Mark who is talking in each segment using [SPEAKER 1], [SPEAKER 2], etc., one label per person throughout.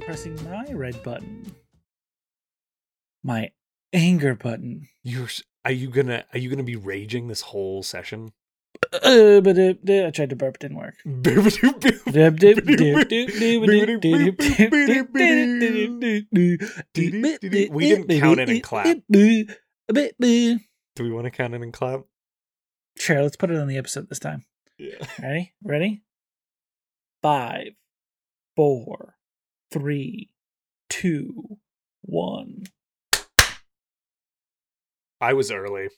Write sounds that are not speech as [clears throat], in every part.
[SPEAKER 1] pressing my red button. My anger button.
[SPEAKER 2] You're s- are you gonna are you gonna be raging this whole session?
[SPEAKER 1] Uh, but uh, I tried to burp, it didn't work.
[SPEAKER 2] We
[SPEAKER 1] We
[SPEAKER 2] didn't count it and clap. Do we want to count in and clap?
[SPEAKER 1] Sure, let's put it on the episode this time.
[SPEAKER 2] Yeah.
[SPEAKER 1] Ready? Ready? Five, four, three, two, one.
[SPEAKER 2] I was early.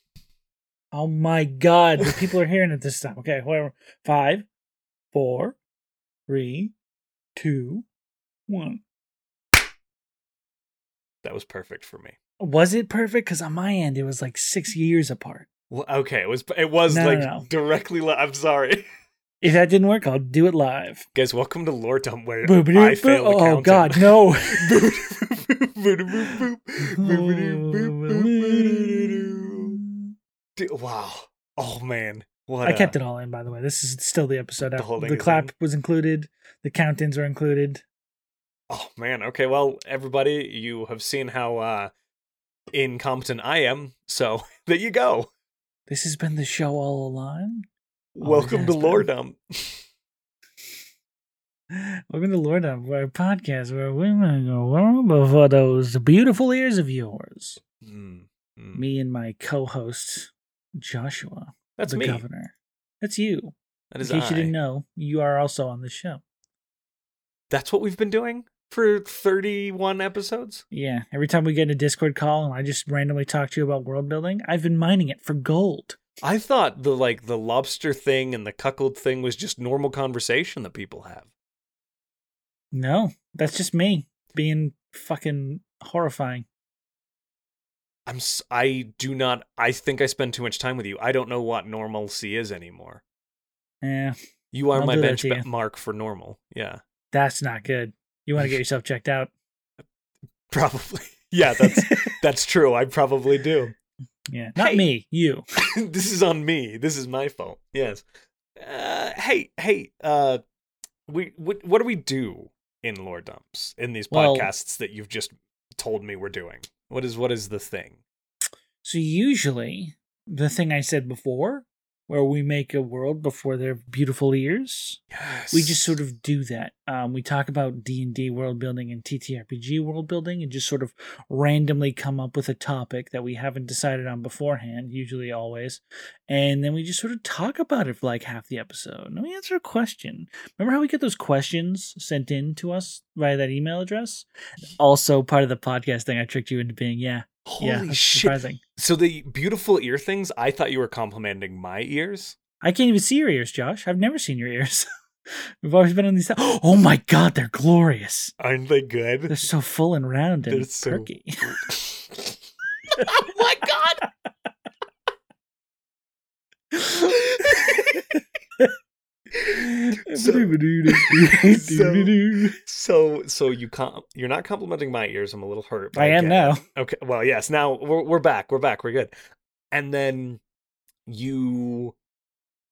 [SPEAKER 1] Oh my god, the people are hearing it this time. Okay, whatever. Five, four, three, two, one.
[SPEAKER 2] That was perfect for me.
[SPEAKER 1] Was it perfect? Because on my end, it was like six years apart.
[SPEAKER 2] Well, okay, it was it was
[SPEAKER 1] No, no,
[SPEAKER 2] like
[SPEAKER 1] no.
[SPEAKER 2] directly. Li- I'm sorry,
[SPEAKER 1] If that didn't work, I'll do it live.
[SPEAKER 2] guys. Welcome to Lore Dump, where I
[SPEAKER 1] Boop-a-doop-boop.
[SPEAKER 2] fail.
[SPEAKER 1] Oh god,
[SPEAKER 2] [laughs]
[SPEAKER 1] no.
[SPEAKER 2] Wow. Oh man. What
[SPEAKER 1] I
[SPEAKER 2] a-
[SPEAKER 1] kept it all in, by the way. This is still the episode.
[SPEAKER 2] The whole
[SPEAKER 1] The,
[SPEAKER 2] thing
[SPEAKER 1] the
[SPEAKER 2] is
[SPEAKER 1] clap
[SPEAKER 2] in?
[SPEAKER 1] was included. The count-ins were included.
[SPEAKER 2] Oh man. Okay. Well, everybody, you have seen how uh incompetent I am. So [laughs] there you go.
[SPEAKER 1] This has been the show all along. Oh,
[SPEAKER 2] Welcome to
[SPEAKER 1] yes,
[SPEAKER 2] Lore
[SPEAKER 1] man.
[SPEAKER 2] Dump.
[SPEAKER 1] Welcome to Lord Up, our podcast where women go well before those beautiful ears of yours.
[SPEAKER 2] Mm, mm.
[SPEAKER 1] Me and my co-host Joshua,
[SPEAKER 2] That's
[SPEAKER 1] the
[SPEAKER 2] me.
[SPEAKER 1] governor. That's you.
[SPEAKER 2] That is
[SPEAKER 1] In case you
[SPEAKER 2] I.
[SPEAKER 1] didn't know, you are also on the show.
[SPEAKER 2] That's what we've been doing for 31 episodes.
[SPEAKER 1] Yeah. Every time we get in a Discord call and I just randomly talk to you about world building, I've been mining it for gold.
[SPEAKER 2] I thought the like the lobster thing and the cuckold thing was just normal conversation that people have.
[SPEAKER 1] No, that's just me being fucking horrifying.
[SPEAKER 2] I'm s- I do not I think I spend too much time with you. I don't know what normalcy is anymore.
[SPEAKER 1] Yeah,
[SPEAKER 2] You are
[SPEAKER 1] I'll
[SPEAKER 2] my
[SPEAKER 1] do that
[SPEAKER 2] bench
[SPEAKER 1] to you.
[SPEAKER 2] mark for normal. Yeah. [laughs]
[SPEAKER 1] that's not good. You want to get yourself checked out.
[SPEAKER 2] Probably. Yeah, that's that's true. I probably do.
[SPEAKER 1] [laughs]
[SPEAKER 2] [laughs]
[SPEAKER 1] yeah, not
[SPEAKER 2] Hey.
[SPEAKER 1] me, you.
[SPEAKER 2] this is on me. This is my fault. Yes. Uh, hey, hey. Uh, we what what do we do in lore dumps in these
[SPEAKER 1] Well-
[SPEAKER 2] podcasts that you've just told me we're doing? What is what is the thing?
[SPEAKER 1] So usually the thing I said before, where we make a world before their beautiful ears,
[SPEAKER 2] Yes.
[SPEAKER 1] we just sort of do that. Um, we talk about D and D world building and TTRPG world building, and just sort of randomly come up with a topic that we haven't decided on beforehand. Usually, always, and then we just sort of talk about it for like half the episode. And we answer a question. Remember how we get those questions sent in to us via that email address? Also, part of the podcast thing I tricked you into being. Yeah,
[SPEAKER 2] holy
[SPEAKER 1] yeah, that's
[SPEAKER 2] shit.
[SPEAKER 1] surprising.
[SPEAKER 2] So the beautiful ear things. I thought you were complimenting my ears.
[SPEAKER 1] I can't even see your ears, Josh. I've never seen your ears. [laughs] We've always been on these. Oh my God, they're glorious.
[SPEAKER 2] Aren't they
[SPEAKER 1] They're
[SPEAKER 2] good?
[SPEAKER 1] so full and round
[SPEAKER 2] They're
[SPEAKER 1] and
[SPEAKER 2] so-
[SPEAKER 1] perky.
[SPEAKER 2] [laughs]
[SPEAKER 1] [laughs]
[SPEAKER 2] oh my god. So so you com- you're not complimenting my ears. I'm a little hurt. but
[SPEAKER 1] [laughs] I am
[SPEAKER 2] get it.
[SPEAKER 1] now.
[SPEAKER 2] Okay. Well, yes. Now we're we're back. We're back. We're good. And then you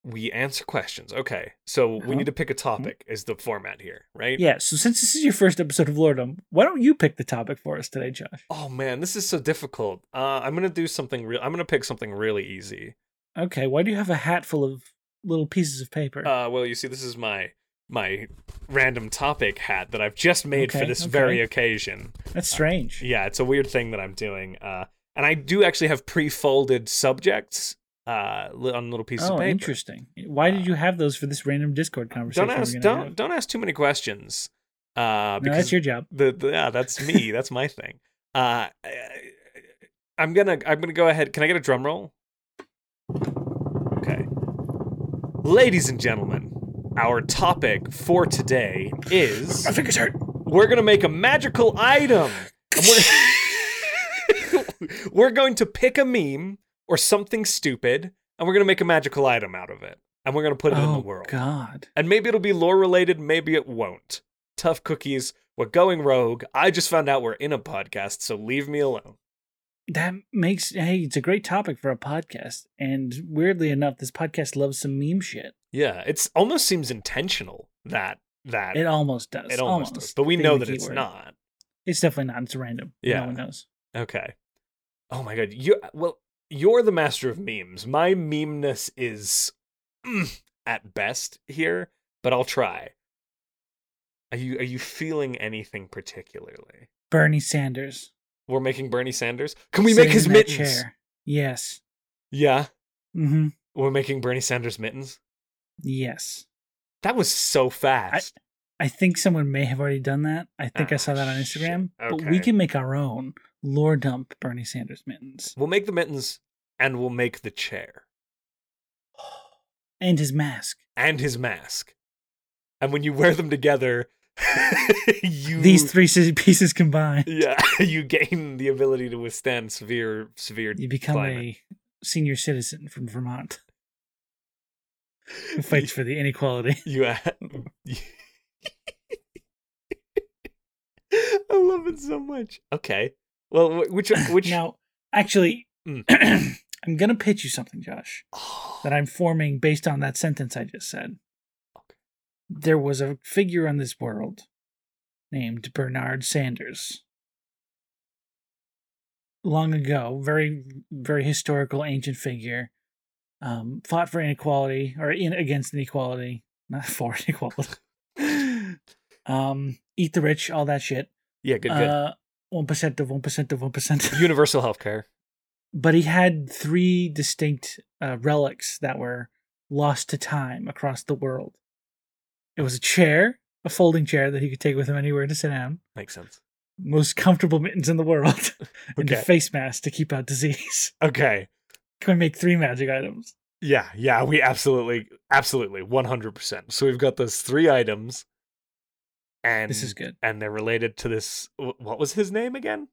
[SPEAKER 2] we answer questions. Okay. So
[SPEAKER 1] Uh-huh.
[SPEAKER 2] we need to pick a topic is the format here, right?
[SPEAKER 1] Yeah, so since this is your first episode of Lordum, why don't you pick the topic for us today, Josh?
[SPEAKER 2] Oh man, this is so difficult. Uh, I'm gonna do something real. I'm gonna pick something really easy.
[SPEAKER 1] Okay, why do you have a hat full of little pieces of paper?
[SPEAKER 2] Uh, well, you see, this is my my random topic hat that I've just made for
[SPEAKER 1] Okay,
[SPEAKER 2] this
[SPEAKER 1] okay.
[SPEAKER 2] very occasion.
[SPEAKER 1] That's strange.
[SPEAKER 2] Yeah, it's a weird thing that I'm doing. Uh, and I do actually have pre-folded subjects uh li- on little pieces of
[SPEAKER 1] oh,
[SPEAKER 2] paper.
[SPEAKER 1] interesting. Why did you have those for this random Discord conversation?
[SPEAKER 2] Don't
[SPEAKER 1] we're
[SPEAKER 2] ask
[SPEAKER 1] gonna
[SPEAKER 2] don't
[SPEAKER 1] have?
[SPEAKER 2] don't ask too many questions. Uh,
[SPEAKER 1] No,
[SPEAKER 2] because
[SPEAKER 1] that's your job.
[SPEAKER 2] the, the yeah, that's me. that's my thing. Uh, I- I'm gonna I'm gonna go ahead. Can I get a drum roll? Okay, ladies and gentlemen, our topic for today
[SPEAKER 1] [laughs]
[SPEAKER 2] is
[SPEAKER 1] fingers hurt.
[SPEAKER 2] we're gonna make a magical item. And we're, [laughs] we're going to pick a meme or something stupid, and we're gonna make a magical item out of it, and we're gonna put it in the
[SPEAKER 1] Oh,
[SPEAKER 2] world.
[SPEAKER 1] God.
[SPEAKER 2] And maybe it'll be lore related, maybe it won't. Tough cookies, we're going rogue. I just found out we're in a podcast, so leave me alone.
[SPEAKER 1] That makes hey, it's a great topic for a podcast. And weirdly enough, this podcast loves some meme shit.
[SPEAKER 2] Yeah, it's almost seems intentional that that.
[SPEAKER 1] It almost does.
[SPEAKER 2] It almost, does, but we
[SPEAKER 1] Being
[SPEAKER 2] know
[SPEAKER 1] the
[SPEAKER 2] that it's
[SPEAKER 1] keyword.
[SPEAKER 2] not.
[SPEAKER 1] It's definitely not. It's random.
[SPEAKER 2] Yeah.
[SPEAKER 1] No one knows.
[SPEAKER 2] Okay. Oh my god. You well, you're the master of memes. My memeness is mm, at best here, but I'll try. Are you are you feeling anything particularly?
[SPEAKER 1] Bernie Sanders.
[SPEAKER 2] We're making Bernie Sanders. Can we
[SPEAKER 1] sitting
[SPEAKER 2] make his
[SPEAKER 1] in that
[SPEAKER 2] mittens?
[SPEAKER 1] chair. Yes.
[SPEAKER 2] Yeah,
[SPEAKER 1] Mm-hmm.
[SPEAKER 2] we're making Bernie Sanders mittens.
[SPEAKER 1] Yes.
[SPEAKER 2] That was so fast.
[SPEAKER 1] I think someone may have already done that. I think I
[SPEAKER 2] Ah,
[SPEAKER 1] saw that on
[SPEAKER 2] shit.
[SPEAKER 1] Instagram. But
[SPEAKER 2] Okay.
[SPEAKER 1] we can make our own lore dump Bernie Sanders mittens
[SPEAKER 2] We'll make the mittens and we'll make the chair
[SPEAKER 1] and his mask.
[SPEAKER 2] and his mask. And when you wear them together, [laughs] you
[SPEAKER 1] These three si- pieces combined,
[SPEAKER 2] yeah, [laughs] you gain the ability to withstand severe, severe.
[SPEAKER 1] you become
[SPEAKER 2] climate.
[SPEAKER 1] a senior citizen from
[SPEAKER 2] [laughs]
[SPEAKER 1] Vermont who [laughs] fights for the inequality.
[SPEAKER 2] You. a- [laughs] I love it so much. Okay. Well, wh-
[SPEAKER 1] [laughs]
[SPEAKER 2] which which [sighs]
[SPEAKER 1] Now, actually,
[SPEAKER 2] Mm.
[SPEAKER 1] [clears throat] I'm going to pitch you something, Josh.
[SPEAKER 2] Oh,
[SPEAKER 1] that I'm forming based on that sentence I just said. There was a figure on this world named Bernard Sanders. Long ago, very, very historical, ancient figure, um, fought for inequality or in, against inequality, not [laughs] for inequality. um, eat the rich, all that shit.
[SPEAKER 2] yeah, good, good.
[SPEAKER 1] Uh, one percent of one percent of one percent [laughs]
[SPEAKER 2] Universal healthcare.
[SPEAKER 1] but he had three distinct uh, relics that were lost to time across the world. It was a chair, a folding chair that he could take with him anywhere to sit down, [laughs]
[SPEAKER 2] Makes sense.
[SPEAKER 1] most comfortable mittens in the world, [laughs] and a
[SPEAKER 2] Okay.
[SPEAKER 1] face mask to keep out disease. [laughs]
[SPEAKER 2] Okay.
[SPEAKER 1] Can we make three magic items?
[SPEAKER 2] Yeah, yeah, we absolutely, absolutely, one hundred percent. So we've got those three items, and
[SPEAKER 1] This is good.
[SPEAKER 2] and they're related to this. wh- What was his name again?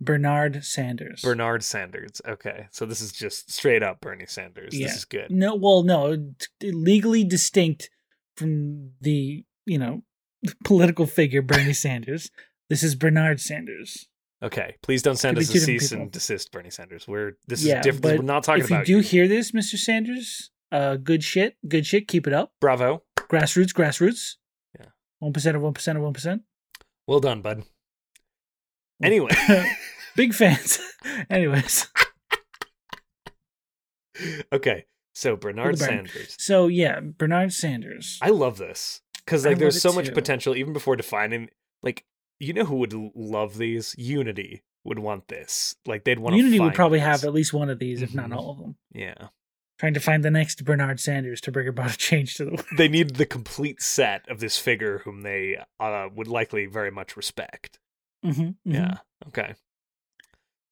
[SPEAKER 1] Bernard Sanders.
[SPEAKER 2] Bernard Sanders. Okay, so this is just straight up Bernie Sanders.
[SPEAKER 1] Yeah.
[SPEAKER 2] This is good.
[SPEAKER 1] No, well, no, t- legally distinct from the you know [laughs] political figure
[SPEAKER 2] [laughs]
[SPEAKER 1] Bernie Sanders. This is Bernard Sanders.
[SPEAKER 2] Okay, please don't send
[SPEAKER 1] Could be
[SPEAKER 2] us a
[SPEAKER 1] two different
[SPEAKER 2] cease
[SPEAKER 1] people.
[SPEAKER 2] and desist, Bernie Sanders. We're this
[SPEAKER 1] Yeah,
[SPEAKER 2] is different.
[SPEAKER 1] but
[SPEAKER 2] We're not talking
[SPEAKER 1] if
[SPEAKER 2] about
[SPEAKER 1] you do hear this, Mr. Sanders, uh, good shit, good shit. Keep it up.
[SPEAKER 2] Bravo.
[SPEAKER 1] Grassroots, grassroots.
[SPEAKER 2] Yeah.
[SPEAKER 1] One percent of one percent of one percent.
[SPEAKER 2] Well done, bud. Anyway,
[SPEAKER 1] [laughs] Big fans. [laughs] Anyways,
[SPEAKER 2] okay. So Bernard
[SPEAKER 1] burn.
[SPEAKER 2] Sanders.
[SPEAKER 1] so yeah, Bernard Sanders.
[SPEAKER 2] I love this because
[SPEAKER 1] I
[SPEAKER 2] like there's
[SPEAKER 1] love it
[SPEAKER 2] so much
[SPEAKER 1] too.
[SPEAKER 2] potential even before defining. Like you know who would l- love these? Unity would want this. Like they'd want
[SPEAKER 1] Unity would
[SPEAKER 2] find
[SPEAKER 1] probably
[SPEAKER 2] this.
[SPEAKER 1] have at least one of these, if not
[SPEAKER 2] Mhm.
[SPEAKER 1] all of them.
[SPEAKER 2] Yeah,
[SPEAKER 1] Trying to find the next Bernard Sanders to bring about a change to the [laughs] world.
[SPEAKER 2] they need the complete set of this figure whom they uh, would likely very much respect.
[SPEAKER 1] Mm-hmm,
[SPEAKER 2] Yeah. Okay. [sighs]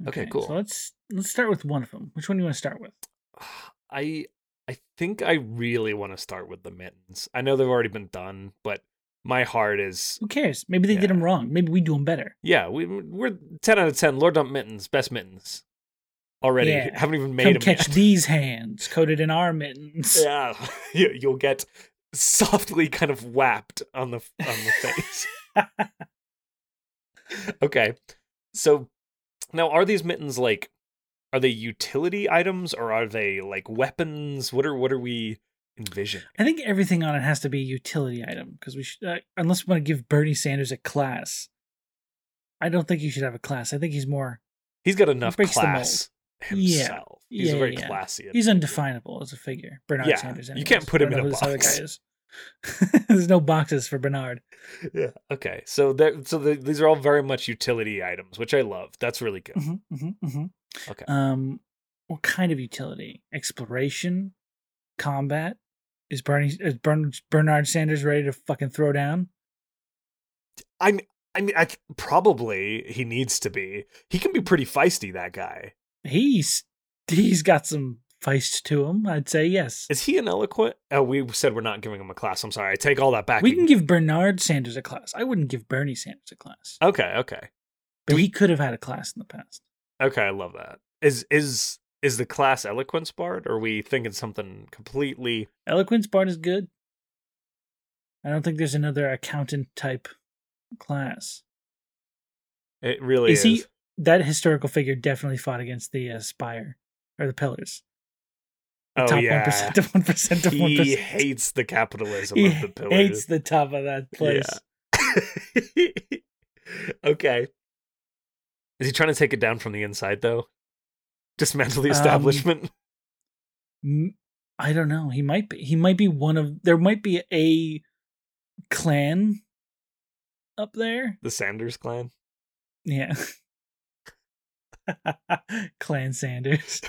[SPEAKER 2] Okay, cool.
[SPEAKER 1] So let's let's start with one of them. Which one do you want to start with?
[SPEAKER 2] I I think I really want to start with the mittens. I know they've already been done, but my heart is
[SPEAKER 1] Who cares? Maybe they did
[SPEAKER 2] Yeah.
[SPEAKER 1] them wrong. Maybe we do them better.
[SPEAKER 2] yeah. We we're ten out of ten. Lord Dump mittens, best mittens already.
[SPEAKER 1] Yeah.
[SPEAKER 2] Haven't even made
[SPEAKER 1] Come
[SPEAKER 2] them
[SPEAKER 1] catch
[SPEAKER 2] yet.
[SPEAKER 1] these hands coated in our [laughs] mittens.
[SPEAKER 2] yeah, [laughs] You- you'll get softly kind of whapped on the on the
[SPEAKER 1] [laughs]
[SPEAKER 2] face. okay, so now are these mittens like? Are they utility items or are they like weapons? What are what are we envisioning?
[SPEAKER 1] I think everything on it has to be a utility item because we should, uh, unless we want to give Bernie Sanders a class. I don't think you should have a class. I think he's more,
[SPEAKER 2] He's got enough
[SPEAKER 1] breaks the mold.
[SPEAKER 2] class
[SPEAKER 1] Yeah.
[SPEAKER 2] himself. He's
[SPEAKER 1] Yeah,
[SPEAKER 2] very
[SPEAKER 1] yeah.
[SPEAKER 2] classy.
[SPEAKER 1] he's undefinable as a figure. Bernard
[SPEAKER 2] Yeah,
[SPEAKER 1] Sanders.
[SPEAKER 2] you
[SPEAKER 1] Anyways.
[SPEAKER 2] can't put
[SPEAKER 1] I
[SPEAKER 2] him
[SPEAKER 1] don't
[SPEAKER 2] in
[SPEAKER 1] know
[SPEAKER 2] a
[SPEAKER 1] who this
[SPEAKER 2] box.
[SPEAKER 1] other guy is. [laughs] There's no boxes for Bernard.
[SPEAKER 2] Yeah. Okay. So that so the, these are all very much utility items, which I love. That's really good.
[SPEAKER 1] Mhm, mhm, mhm.
[SPEAKER 2] Okay.
[SPEAKER 1] Um, what kind of utility? Exploration, combat. Is Bernie is Bern, Bernard Sanders ready to fucking throw down?
[SPEAKER 2] I mean, I mean, I th- probably he needs to be. He can be pretty feisty. That guy
[SPEAKER 1] He's he's got some feist to him. I'd say yes.
[SPEAKER 2] is he an eloquent? Oh, we said we're not giving him a class. I'm sorry. I take all that back.
[SPEAKER 1] We can give Bernard Sanders a class. I wouldn't give Bernie Sanders a class,
[SPEAKER 2] Okay. Okay.
[SPEAKER 1] but he could have had a class in the past.
[SPEAKER 2] Okay. I love that. Is is is the class eloquence barred? Or are we thinking something completely?
[SPEAKER 1] Eloquence part is good. I don't think there's another accountant type class.
[SPEAKER 2] It really
[SPEAKER 1] Is
[SPEAKER 2] is.
[SPEAKER 1] he- That historical figure definitely fought against the uh, spire or the pillars. The
[SPEAKER 2] Oh,
[SPEAKER 1] top
[SPEAKER 2] yeah.
[SPEAKER 1] percent [laughs] of one percent of one
[SPEAKER 2] He
[SPEAKER 1] percent.
[SPEAKER 2] hates the capitalism
[SPEAKER 1] He
[SPEAKER 2] of the pillage.
[SPEAKER 1] hates the top of that place.
[SPEAKER 2] [laughs] okay. Is he trying to take it down from the inside though? Dismantle the
[SPEAKER 1] Um,
[SPEAKER 2] establishment. [laughs]
[SPEAKER 1] M- I don't know. He might be. He might be one of. There might be a clan up there.
[SPEAKER 2] the Sanders clan. [laughs]
[SPEAKER 1] Yeah. [laughs] Clan
[SPEAKER 2] [laughs]
[SPEAKER 1] Sanders.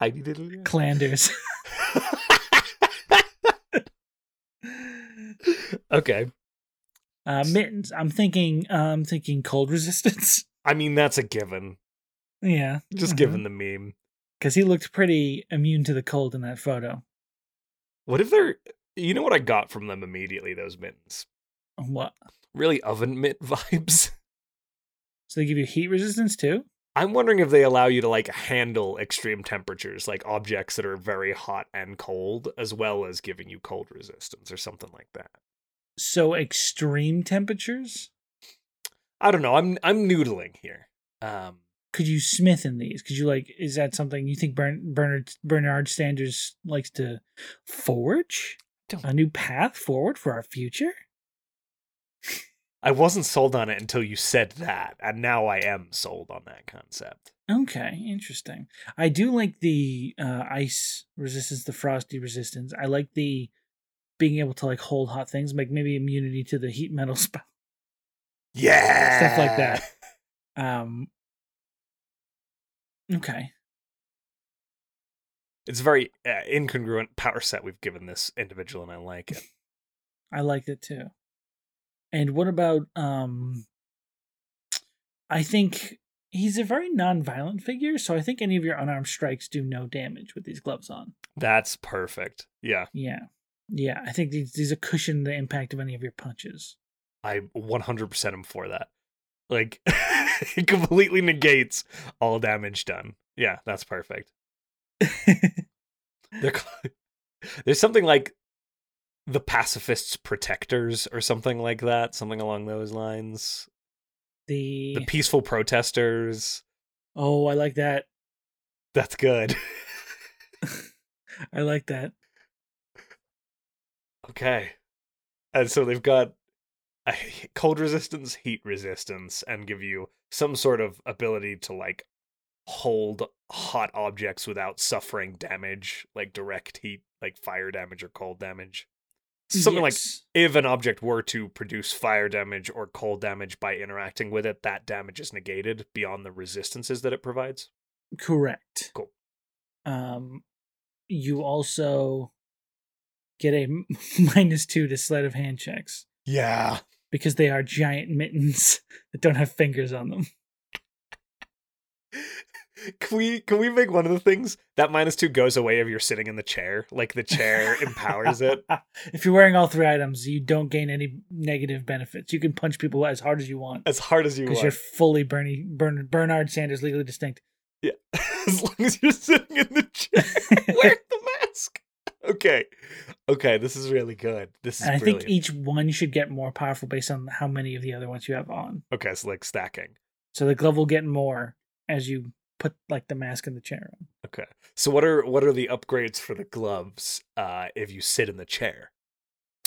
[SPEAKER 2] Heidi did it. again.
[SPEAKER 1] Clanders.
[SPEAKER 2] okay.
[SPEAKER 1] Uh, mittens. I'm thinking. I'm thinking cold resistance. [laughs]
[SPEAKER 2] I mean that's a given.
[SPEAKER 1] Yeah.
[SPEAKER 2] Just given the meme.
[SPEAKER 1] Because he looked pretty immune to the cold in that photo.
[SPEAKER 2] What if they're you know what I got from them immediately, those mittens?
[SPEAKER 1] What?
[SPEAKER 2] Really oven mitt [laughs] vibes.
[SPEAKER 1] So they give you heat resistance too?
[SPEAKER 2] I'm wondering if they allow you to like handle extreme temperatures, like objects that are very hot and cold, as well as giving you cold resistance or something like that.
[SPEAKER 1] So extreme temperatures?
[SPEAKER 2] I don't know. I'm I'm noodling here. Um,
[SPEAKER 1] Could you smith in these? Could you like? Is that something you think Bern- Bernard Bernard Sanders likes to forge?
[SPEAKER 2] Don't-
[SPEAKER 1] A new path forward for our future?
[SPEAKER 2] I wasn't sold on it until you said that, and now I am sold on that concept.
[SPEAKER 1] Okay, interesting. I do like the uh, ice resistance, the frosty resistance. I like the being able to like hold hot things, like maybe immunity to the heat metal [laughs] spell.
[SPEAKER 2] Yeah,
[SPEAKER 1] Stuff like that. Um. Okay.
[SPEAKER 2] [laughs] It's a very uh, incongruent power set we've given this individual, and I like it.
[SPEAKER 1] I liked it too. And what about um I think he's a very nonviolent figure, so I think any of your unarmed strikes do no damage with these gloves on.
[SPEAKER 2] That's perfect. Yeah,
[SPEAKER 1] Yeah. Yeah, I think these these are cushion the impact of any of your
[SPEAKER 2] [laughs]
[SPEAKER 1] punches.
[SPEAKER 2] I 100% am for that. Like, [laughs] it completely negates all damage done. Yeah, that's perfect. They're ca- [laughs] There's something like the pacifist's protectors or something like that, something along those lines.
[SPEAKER 1] The,
[SPEAKER 2] The peaceful protesters.
[SPEAKER 1] Oh, I like that.
[SPEAKER 2] That's good.
[SPEAKER 1] I like that.
[SPEAKER 2] Okay. And so they've got a he- cold resistance, heat resistance, and give you some sort of ability to like hold hot objects without suffering damage, like direct heat, like fire damage or cold damage. Something like
[SPEAKER 1] Yes.
[SPEAKER 2] if an object were to produce fire damage or cold damage by interacting with it, that damage is negated beyond the resistances that it provides.
[SPEAKER 1] Correct.
[SPEAKER 2] Cool.
[SPEAKER 1] Um, you also get a [laughs] minus two to sleight of hand checks
[SPEAKER 2] Yeah.
[SPEAKER 1] because they are giant mittens [laughs] that don't have fingers on them.
[SPEAKER 2] Can we can we make one of the things that minus two goes away if you're sitting in the chair? Like
[SPEAKER 1] [laughs]
[SPEAKER 2] the chair empowers it.
[SPEAKER 1] if you're wearing all three items, you don't gain any negative benefits. You can punch people as hard as you want
[SPEAKER 2] as hard as you
[SPEAKER 1] because
[SPEAKER 2] want.
[SPEAKER 1] you're fully Bernie Bern, Bernard Sanders legally
[SPEAKER 2] [laughs]
[SPEAKER 1] distinct. [laughs]
[SPEAKER 2] as long as you're sitting in the chair, wear the mask. Okay, okay, this is really good. This is
[SPEAKER 1] and I
[SPEAKER 2] brilliant.
[SPEAKER 1] think each one should get more powerful based on how many of the other ones you have on.
[SPEAKER 2] okay, so like stacking.
[SPEAKER 1] So the glove will get more as you put like the mask and the chair on.
[SPEAKER 2] Okay, so what are what are the upgrades for the gloves? Uh, if you sit in the chair,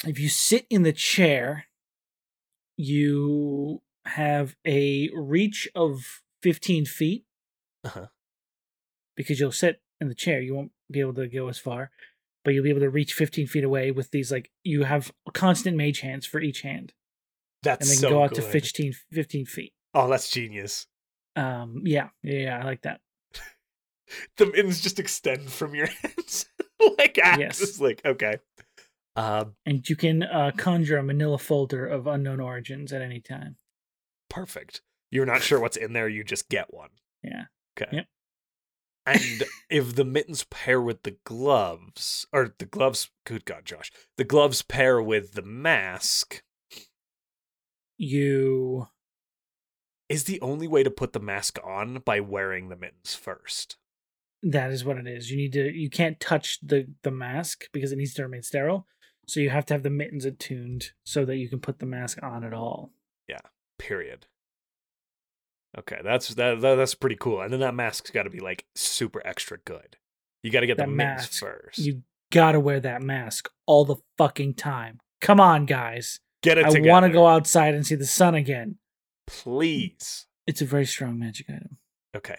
[SPEAKER 1] if you sit in the chair, you have a reach of 15 feet
[SPEAKER 2] Uh-huh.
[SPEAKER 1] because you'll sit in the chair. You won't be able to go as far, but you'll be able to reach 15 feet away with these. Like, you have constant mage hands for each hand,
[SPEAKER 2] that's
[SPEAKER 1] and they can
[SPEAKER 2] so
[SPEAKER 1] go out to
[SPEAKER 2] good.
[SPEAKER 1] 15, 15 feet.
[SPEAKER 2] Oh, that's genius.
[SPEAKER 1] Um, yeah, yeah, yeah, I like that.
[SPEAKER 2] The mittens just extend from your [laughs] hands like
[SPEAKER 1] Yes.
[SPEAKER 2] axes. Like okay, uh,
[SPEAKER 1] And you can uh, conjure a manila folder of unknown origins at any time.
[SPEAKER 2] perfect. You're not sure what's in there. You just get one.
[SPEAKER 1] Yeah.
[SPEAKER 2] Okay.
[SPEAKER 1] Yep.
[SPEAKER 2] And if the mittens pair with the gloves, or the gloves, good God, Josh, the gloves pair with the mask,
[SPEAKER 1] You
[SPEAKER 2] is the only way to put the mask on by wearing the mittens first.
[SPEAKER 1] That is what it is. You need to you can't touch the the mask because it needs to remain sterile. So you have to have the mittens attuned so that you can put the mask on at all.
[SPEAKER 2] Period. Okay, that's that, that that's pretty cool. And then that mask's got to be like super extra good. You got to get the
[SPEAKER 1] That
[SPEAKER 2] memes
[SPEAKER 1] mask.
[SPEAKER 2] first.
[SPEAKER 1] You gotta wear that mask all the fucking time. Come on, guys.
[SPEAKER 2] get it
[SPEAKER 1] I
[SPEAKER 2] together.
[SPEAKER 1] want to go outside and see the sun again.
[SPEAKER 2] please.
[SPEAKER 1] It's a very strong magic item.
[SPEAKER 2] Okay.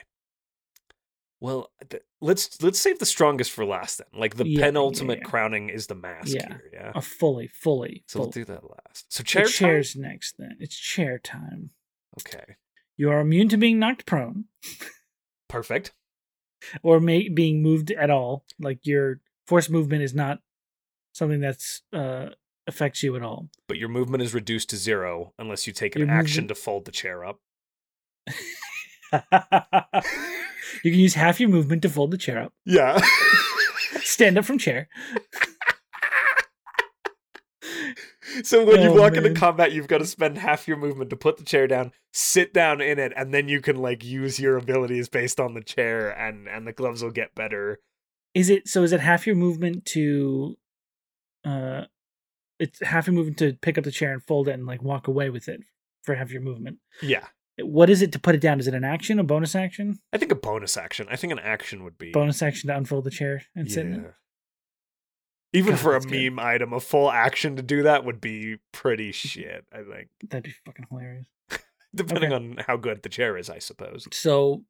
[SPEAKER 2] Well, th- let's let's save the strongest for last then. Like the
[SPEAKER 1] Yeah, yeah,
[SPEAKER 2] penultimate
[SPEAKER 1] yeah.
[SPEAKER 2] crowning is the mask
[SPEAKER 1] Yeah.
[SPEAKER 2] here, yeah.
[SPEAKER 1] A fully, fully.
[SPEAKER 2] So we'll
[SPEAKER 1] fully.
[SPEAKER 2] do that last. So
[SPEAKER 1] The
[SPEAKER 2] chair time?
[SPEAKER 1] chairs next. Then it's chair time.
[SPEAKER 2] Okay.
[SPEAKER 1] You are immune to being knocked prone
[SPEAKER 2] Perfect.
[SPEAKER 1] or may- being moved at all. Like your force movement is not something that's uh, affects you at all.
[SPEAKER 2] But your movement is reduced to 0 unless you take an
[SPEAKER 1] Your
[SPEAKER 2] action
[SPEAKER 1] movement-
[SPEAKER 2] to fold the chair up.
[SPEAKER 1] you can use half your movement to fold the chair up,
[SPEAKER 2] Yeah.
[SPEAKER 1] stand up from chair.
[SPEAKER 2] [laughs] so when you
[SPEAKER 1] Oh,
[SPEAKER 2] walk into
[SPEAKER 1] man.
[SPEAKER 2] combat, you've got to spend half your movement to put the chair down, sit down in it, and then you can like use your abilities based on the chair and and the gloves will get better.
[SPEAKER 1] Is it so? Is it half your movement to? Uh, it's half your movement to pick up the chair and fold it and like walk away with it for half your movement.
[SPEAKER 2] Yeah.
[SPEAKER 1] What is it to put it down? Is it an action, a bonus action?
[SPEAKER 2] I think a bonus action. I think an action would be
[SPEAKER 1] Bonus action to unfold the chair and sit in it.
[SPEAKER 2] Even
[SPEAKER 1] God,
[SPEAKER 2] for a
[SPEAKER 1] that's good. Mm-hmm.
[SPEAKER 2] meme item, a full action to do that would be pretty shit, I think.
[SPEAKER 1] That'd be fucking hilarious.
[SPEAKER 2] Depending
[SPEAKER 1] Okay.
[SPEAKER 2] on how good the chair is, I suppose.
[SPEAKER 1] So,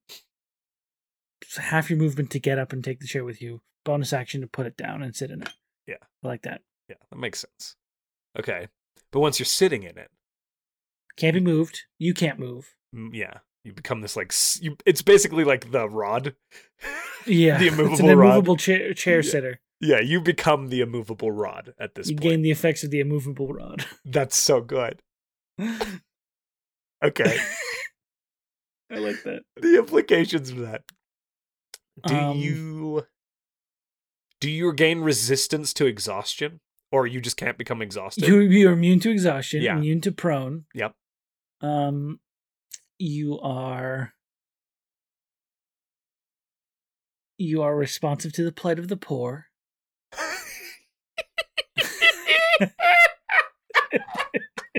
[SPEAKER 1] so half your movement to get up and take the chair with you. Bonus action to put it down and sit in it.
[SPEAKER 2] Yeah.
[SPEAKER 1] I like that.
[SPEAKER 2] Yeah, that makes sense. Okay. But once you're sitting in it,
[SPEAKER 1] Can't be moved. You can't move.
[SPEAKER 2] mm, yeah, you become this like s- you, it's basically like the rod. [laughs]
[SPEAKER 1] Yeah. [laughs]
[SPEAKER 2] [laughs] The
[SPEAKER 1] it's
[SPEAKER 2] immovable
[SPEAKER 1] an
[SPEAKER 2] rod.
[SPEAKER 1] immovable
[SPEAKER 2] [laughs]
[SPEAKER 1] chair, chair
[SPEAKER 2] Yeah,
[SPEAKER 1] sitter.
[SPEAKER 2] yeah, you become the immovable rod at this
[SPEAKER 1] You
[SPEAKER 2] point.
[SPEAKER 1] gain the effects of the immovable rod. [laughs]
[SPEAKER 2] That's so good. Okay.
[SPEAKER 1] [laughs] I like that.
[SPEAKER 2] the implications of that. Do
[SPEAKER 1] Um,
[SPEAKER 2] you do you gain resistance to exhaustion, or you just can't become exhausted?
[SPEAKER 1] You, you're immune to exhaustion,
[SPEAKER 2] Yeah.
[SPEAKER 1] immune to prone.
[SPEAKER 2] Yep.
[SPEAKER 1] Um, you are. You are responsive to the plight of the
[SPEAKER 2] [laughs]
[SPEAKER 1] poor. [laughs]
[SPEAKER 2] [laughs]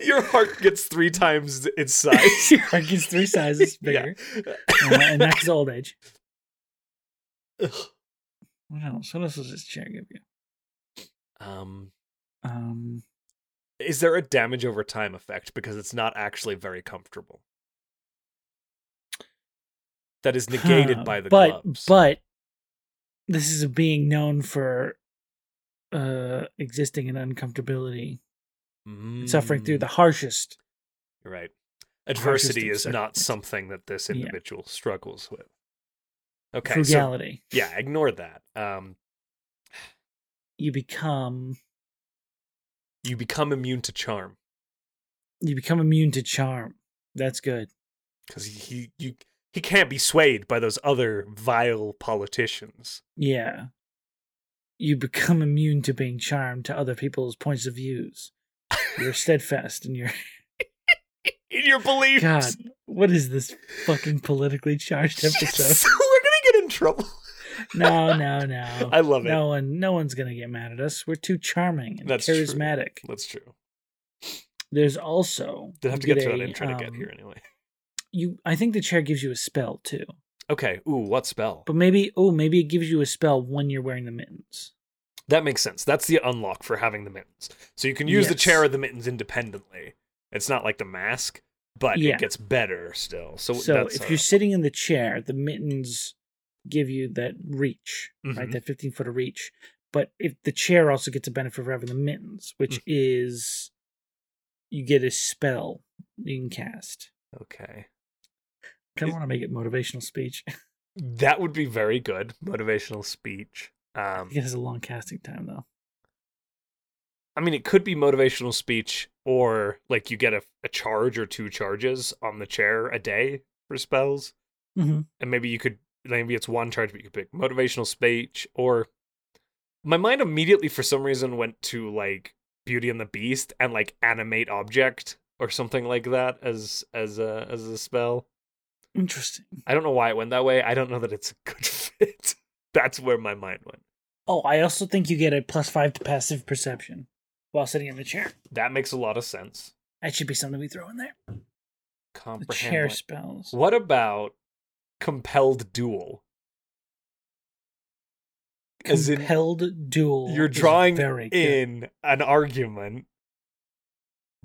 [SPEAKER 2] Your heart gets three times its
[SPEAKER 1] [laughs]
[SPEAKER 2] size.
[SPEAKER 1] Your heart gets three sizes
[SPEAKER 2] [laughs] Yeah.
[SPEAKER 1] bigger, uh, and that's old age. What else? What else does this chair give you?
[SPEAKER 2] um,
[SPEAKER 1] Um,
[SPEAKER 2] is there a damage over time effect because it's not actually very comfortable? That is negated
[SPEAKER 1] huh,
[SPEAKER 2] by the
[SPEAKER 1] but
[SPEAKER 2] gloves.
[SPEAKER 1] but this is a being known for uh existing in uncomfortability, and suffering through
[SPEAKER 2] Mm.
[SPEAKER 1] the harshest.
[SPEAKER 2] You're right. Adversity
[SPEAKER 1] Harshest
[SPEAKER 2] is not
[SPEAKER 1] circumstance.
[SPEAKER 2] something that this
[SPEAKER 1] Yeah.
[SPEAKER 2] individual struggles with. Okay, so
[SPEAKER 1] frugality.
[SPEAKER 2] yeah, ignore that. Um,
[SPEAKER 1] You become
[SPEAKER 2] you become immune to charm
[SPEAKER 1] you become immune to charm. That's good.
[SPEAKER 2] because he, he you he can't be swayed by those other vile politicians.
[SPEAKER 1] Yeah. You become immune to being charmed to other people's points of views.
[SPEAKER 2] [laughs]
[SPEAKER 1] You're steadfast in your
[SPEAKER 2] In your beliefs, [laughs]
[SPEAKER 1] God. What is this fucking politically charged episode?
[SPEAKER 2] so we're gonna get in trouble.
[SPEAKER 1] No, no, no.
[SPEAKER 2] [laughs] I love it.
[SPEAKER 1] Oh, No one, no one's gonna get mad at us. We're too charming and
[SPEAKER 2] That's true.
[SPEAKER 1] charismatic.
[SPEAKER 2] That's true.
[SPEAKER 1] There's also
[SPEAKER 2] Did have to
[SPEAKER 1] you
[SPEAKER 2] get through
[SPEAKER 1] a,
[SPEAKER 2] that intro to get
[SPEAKER 1] um,
[SPEAKER 2] here anyway.
[SPEAKER 1] You, I think the chair gives you a spell too,
[SPEAKER 2] Okay. Ooh, what spell?
[SPEAKER 1] but maybe oh, maybe it gives you a spell when you're wearing the mittens.
[SPEAKER 2] That makes sense. That's the unlock for having the mittens. So you can use the
[SPEAKER 1] Yes.
[SPEAKER 2] chair or the mittens independently. It's not like the mask, but
[SPEAKER 1] Yeah.
[SPEAKER 2] it gets better still. So,
[SPEAKER 1] So
[SPEAKER 2] that's,
[SPEAKER 1] if
[SPEAKER 2] uh,
[SPEAKER 1] you're sitting in the chair, the mittens give you that reach, right?
[SPEAKER 2] Mhm.
[SPEAKER 1] That 15 foot of reach. But if the chair also gets a benefit for having the mittens, which
[SPEAKER 2] Mm-hmm.
[SPEAKER 1] is you get a spell you can cast.
[SPEAKER 2] okay,
[SPEAKER 1] Kind
[SPEAKER 2] Is-
[SPEAKER 1] of want to make it motivational speech.
[SPEAKER 2] that would be very good motivational speech. Um,
[SPEAKER 1] it has a long casting time though.
[SPEAKER 2] I mean, it could be motivational speech, or like you get a, a charge or two charges on the chair a day for spells,
[SPEAKER 1] Mm-hmm.
[SPEAKER 2] and maybe you could maybe it's one charge, but you could pick motivational speech or. My mind immediately, for some reason, went to like Beauty and the Beast and like animate object or something like that as as a as a spell.
[SPEAKER 1] Interesting.
[SPEAKER 2] I don't know why it went that way. I don't know that it's a good [laughs] fit. That's where my mind went.
[SPEAKER 1] Oh, I also think you get a plus five to passive perception while sitting in the chair.
[SPEAKER 2] That makes a lot of sense.
[SPEAKER 1] That should be something we throw in there. The
[SPEAKER 2] Comprehend.
[SPEAKER 1] chair
[SPEAKER 2] lan-
[SPEAKER 1] spells.
[SPEAKER 2] What about compelled duel. As in,
[SPEAKER 1] Compelled duel.
[SPEAKER 2] you're
[SPEAKER 1] is
[SPEAKER 2] drawing
[SPEAKER 1] very good.
[SPEAKER 2] in an argument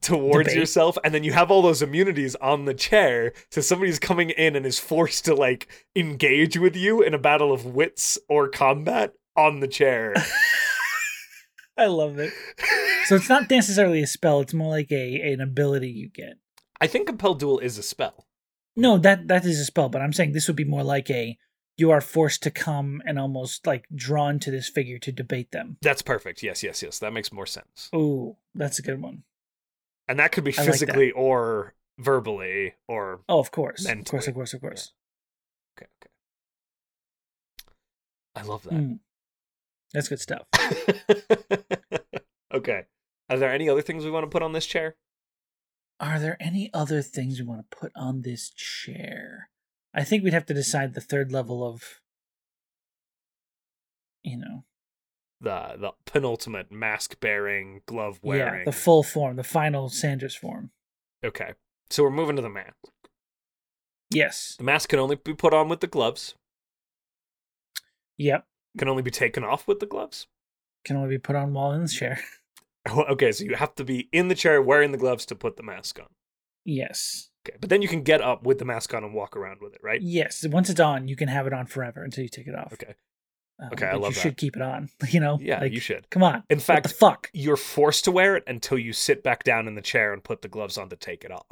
[SPEAKER 2] towards
[SPEAKER 1] Debate.
[SPEAKER 2] yourself and then you have all those immunities on the chair so somebody's coming in and is forced to like engage with you in a battle of wits or combat on
[SPEAKER 1] [laughs]
[SPEAKER 2] the chair
[SPEAKER 1] I love it. So it's not necessarily a spell. It's more like a an ability you get.
[SPEAKER 2] i think compelled duel is a spell
[SPEAKER 1] No, that that is a spell, but I'm saying this would be more like a you are forced to come and almost like drawn to this figure to debate them.
[SPEAKER 2] that's perfect yes yes yes that makes more sense
[SPEAKER 1] Ooh, that's a good one.
[SPEAKER 2] and that could be
[SPEAKER 1] I like that.
[SPEAKER 2] physically or verbally or
[SPEAKER 1] Oh, of course, of course,
[SPEAKER 2] Mentally.
[SPEAKER 1] of course, of course.
[SPEAKER 2] okay okay i love that
[SPEAKER 1] Mm. That's good stuff.
[SPEAKER 2] [laughs] okay. Are there any other things we want to put on this chair?
[SPEAKER 1] Are there any other things we want to put on this chair? I think we'd have to
[SPEAKER 2] Mm.
[SPEAKER 1] decide the third level of, you know,
[SPEAKER 2] The the penultimate mask bearing, glove
[SPEAKER 1] yeah,
[SPEAKER 2] wearing.
[SPEAKER 1] the full form, the final Sanders form.
[SPEAKER 2] okay. So we're moving to the mask.
[SPEAKER 1] Yes.
[SPEAKER 2] The mask can only be put on with the gloves.
[SPEAKER 1] Yep.
[SPEAKER 2] Can only be taken off with the gloves. [laughs]
[SPEAKER 1] Can only be put on while in the chair. [laughs]
[SPEAKER 2] Oh, Okay, so you have to be in the chair wearing the gloves to put the mask on.
[SPEAKER 1] Yes.
[SPEAKER 2] Okay. But then you can get up with the mask on and walk around with it, right?
[SPEAKER 1] Yes. Once it's on, you can have it on forever until you take it off.
[SPEAKER 2] Okay.
[SPEAKER 1] Um,
[SPEAKER 2] Okay, I
[SPEAKER 1] but
[SPEAKER 2] love
[SPEAKER 1] You
[SPEAKER 2] that.
[SPEAKER 1] should keep it on. [laughs] You know.
[SPEAKER 2] Yeah,
[SPEAKER 1] Like,
[SPEAKER 2] you should.
[SPEAKER 1] Come on. What
[SPEAKER 2] In
[SPEAKER 1] the
[SPEAKER 2] fact,
[SPEAKER 1] fuck?
[SPEAKER 2] you're forced to wear it until you sit back down in the chair and put the gloves on to take it off.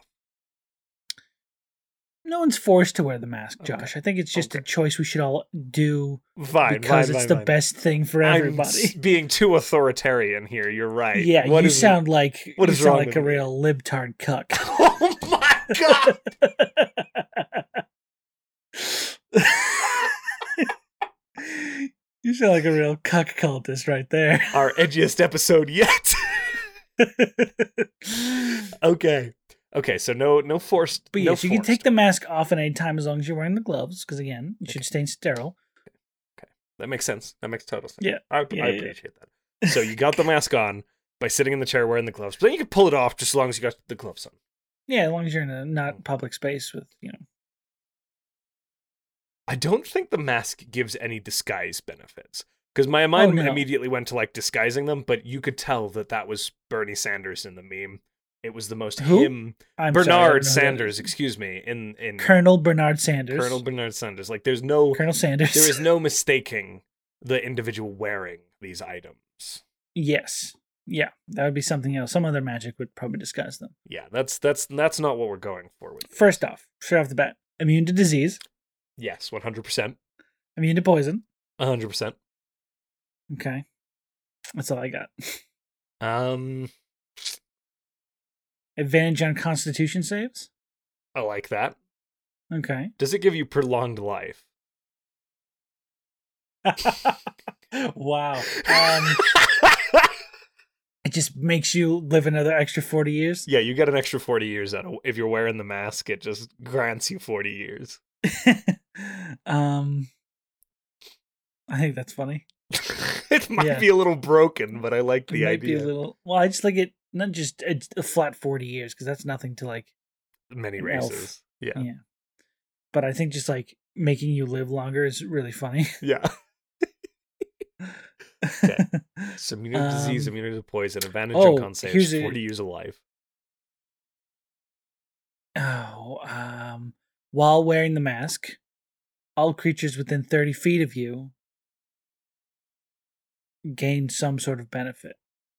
[SPEAKER 1] No one's forced to wear the mask, Josh. I think it's just a
[SPEAKER 2] Okay.
[SPEAKER 1] choice we should all do
[SPEAKER 2] Fine,
[SPEAKER 1] because
[SPEAKER 2] fine,
[SPEAKER 1] it's
[SPEAKER 2] fine,
[SPEAKER 1] the
[SPEAKER 2] fine.
[SPEAKER 1] best thing for
[SPEAKER 2] I'm
[SPEAKER 1] everybody.
[SPEAKER 2] s- being too authoritarian here. You're right.
[SPEAKER 1] Yeah,
[SPEAKER 2] What
[SPEAKER 1] you
[SPEAKER 2] is-
[SPEAKER 1] sound like
[SPEAKER 2] what
[SPEAKER 1] you
[SPEAKER 2] is
[SPEAKER 1] sound
[SPEAKER 2] wrong
[SPEAKER 1] like
[SPEAKER 2] with
[SPEAKER 1] a
[SPEAKER 2] me?
[SPEAKER 1] real libtard cuck.
[SPEAKER 2] [laughs] oh my
[SPEAKER 1] [laughs]
[SPEAKER 2] god!
[SPEAKER 1] you sound like a real cuck cultist right
[SPEAKER 2] [laughs]
[SPEAKER 1] there.
[SPEAKER 2] Our edgiest episode yet. [laughs] okay. Okay. So no, no forced.
[SPEAKER 1] But
[SPEAKER 2] no
[SPEAKER 1] yes, you can
[SPEAKER 2] forced.
[SPEAKER 1] take the mask off at any time as long as you're wearing the gloves, because again, you should stay sterile.
[SPEAKER 2] That makes sense. That makes total sense.
[SPEAKER 1] Yeah.
[SPEAKER 2] I,
[SPEAKER 1] Yeah, yeah,
[SPEAKER 2] I
[SPEAKER 1] yeah.
[SPEAKER 2] appreciate that. So you got the mask on by sitting in the chair wearing the gloves, but then you can pull it off just as long as you got the gloves on.
[SPEAKER 1] Yeah, as long as you're in a
[SPEAKER 2] Hmm.
[SPEAKER 1] not public space with you know.
[SPEAKER 2] I don't think the mask gives any disguise benefits because my mind
[SPEAKER 1] Oh, no.
[SPEAKER 2] immediately went to like disguising them, but you could tell that that was Bernie Sanders in the meme. It was the most
[SPEAKER 1] Who?
[SPEAKER 2] him
[SPEAKER 1] I'm sorry, I don't know who
[SPEAKER 2] Bernard
[SPEAKER 1] that
[SPEAKER 2] Sanders,
[SPEAKER 1] is.
[SPEAKER 2] excuse me, in in
[SPEAKER 1] Colonel Bernard Sanders.
[SPEAKER 2] Colonel Bernard Sanders. Like there's no
[SPEAKER 1] Colonel Sanders.
[SPEAKER 2] there is no mistaking the individual wearing these items.
[SPEAKER 1] [laughs] yes. Yeah, that would be something else. Some other magic would probably disguise them.
[SPEAKER 2] Yeah, that's that's that's not what we're going for with.
[SPEAKER 1] First off, straight off the bat, immune to disease,
[SPEAKER 2] Yes, 100%.
[SPEAKER 1] immune to poison.
[SPEAKER 2] 100%.
[SPEAKER 1] Okay, that's all I got. [laughs]
[SPEAKER 2] Um
[SPEAKER 1] Advantage on Constitution saves.
[SPEAKER 2] I like that. [laughs]
[SPEAKER 1] Okay.
[SPEAKER 2] Does it give you prolonged life? [laughs]
[SPEAKER 1] wow.
[SPEAKER 2] [laughs]
[SPEAKER 1] Um, it just makes you live another extra forty years.
[SPEAKER 2] yeah, you get an extra 40 years out of if you're wearing the mask, it just grants you 40 years. [laughs]
[SPEAKER 1] [laughs] um, I think that's funny.
[SPEAKER 2] it might
[SPEAKER 1] Yeah.
[SPEAKER 2] be a little broken, but I like
[SPEAKER 1] It
[SPEAKER 2] the
[SPEAKER 1] might
[SPEAKER 2] idea.
[SPEAKER 1] be a little. Well, I just like it. Not just it's a flat forty years because that's nothing to like.
[SPEAKER 2] Many
[SPEAKER 1] an elf.
[SPEAKER 2] races. Yeah.
[SPEAKER 1] Yeah. But I think just like making you live longer is really funny.
[SPEAKER 2] Yeah. Okay.
[SPEAKER 1] [laughs]
[SPEAKER 2] It's immune to disease,
[SPEAKER 1] Um,
[SPEAKER 2] immune to poison, advantage
[SPEAKER 1] oh,
[SPEAKER 2] on con saves,
[SPEAKER 1] here's a-
[SPEAKER 2] 40 years of life.
[SPEAKER 1] oh, um, while wearing the mask, all creatures within thirty feet of you gain some sort of benefit.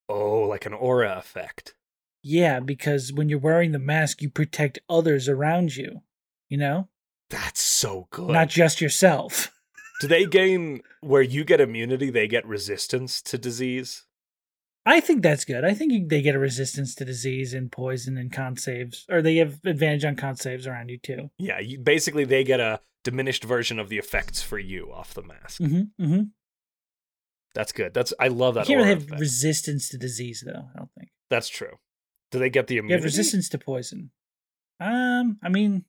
[SPEAKER 2] Oh, like an aura effect.
[SPEAKER 1] Yeah, because when you're wearing the mask, you protect others around you. You know,
[SPEAKER 2] That's so good.
[SPEAKER 1] not just yourself.
[SPEAKER 2] Do they gain where you get immunity, they get resistance to disease?
[SPEAKER 1] I think that's good. I think you, they get a resistance to disease and poison and con saves, or they have advantage on con saves around you too.
[SPEAKER 2] Yeah, you, basically they get a diminished version of the effects for you off the mask.
[SPEAKER 1] Mm-hmm. Mm-hmm.
[SPEAKER 2] That's good. That's I love
[SPEAKER 1] You
[SPEAKER 2] that.
[SPEAKER 1] can't
[SPEAKER 2] aura
[SPEAKER 1] really have
[SPEAKER 2] effect.
[SPEAKER 1] resistance to disease though. I don't think
[SPEAKER 2] That's true. Do they get the
[SPEAKER 1] you have
[SPEAKER 2] immunity?
[SPEAKER 1] resistance to poison. Um, I mean,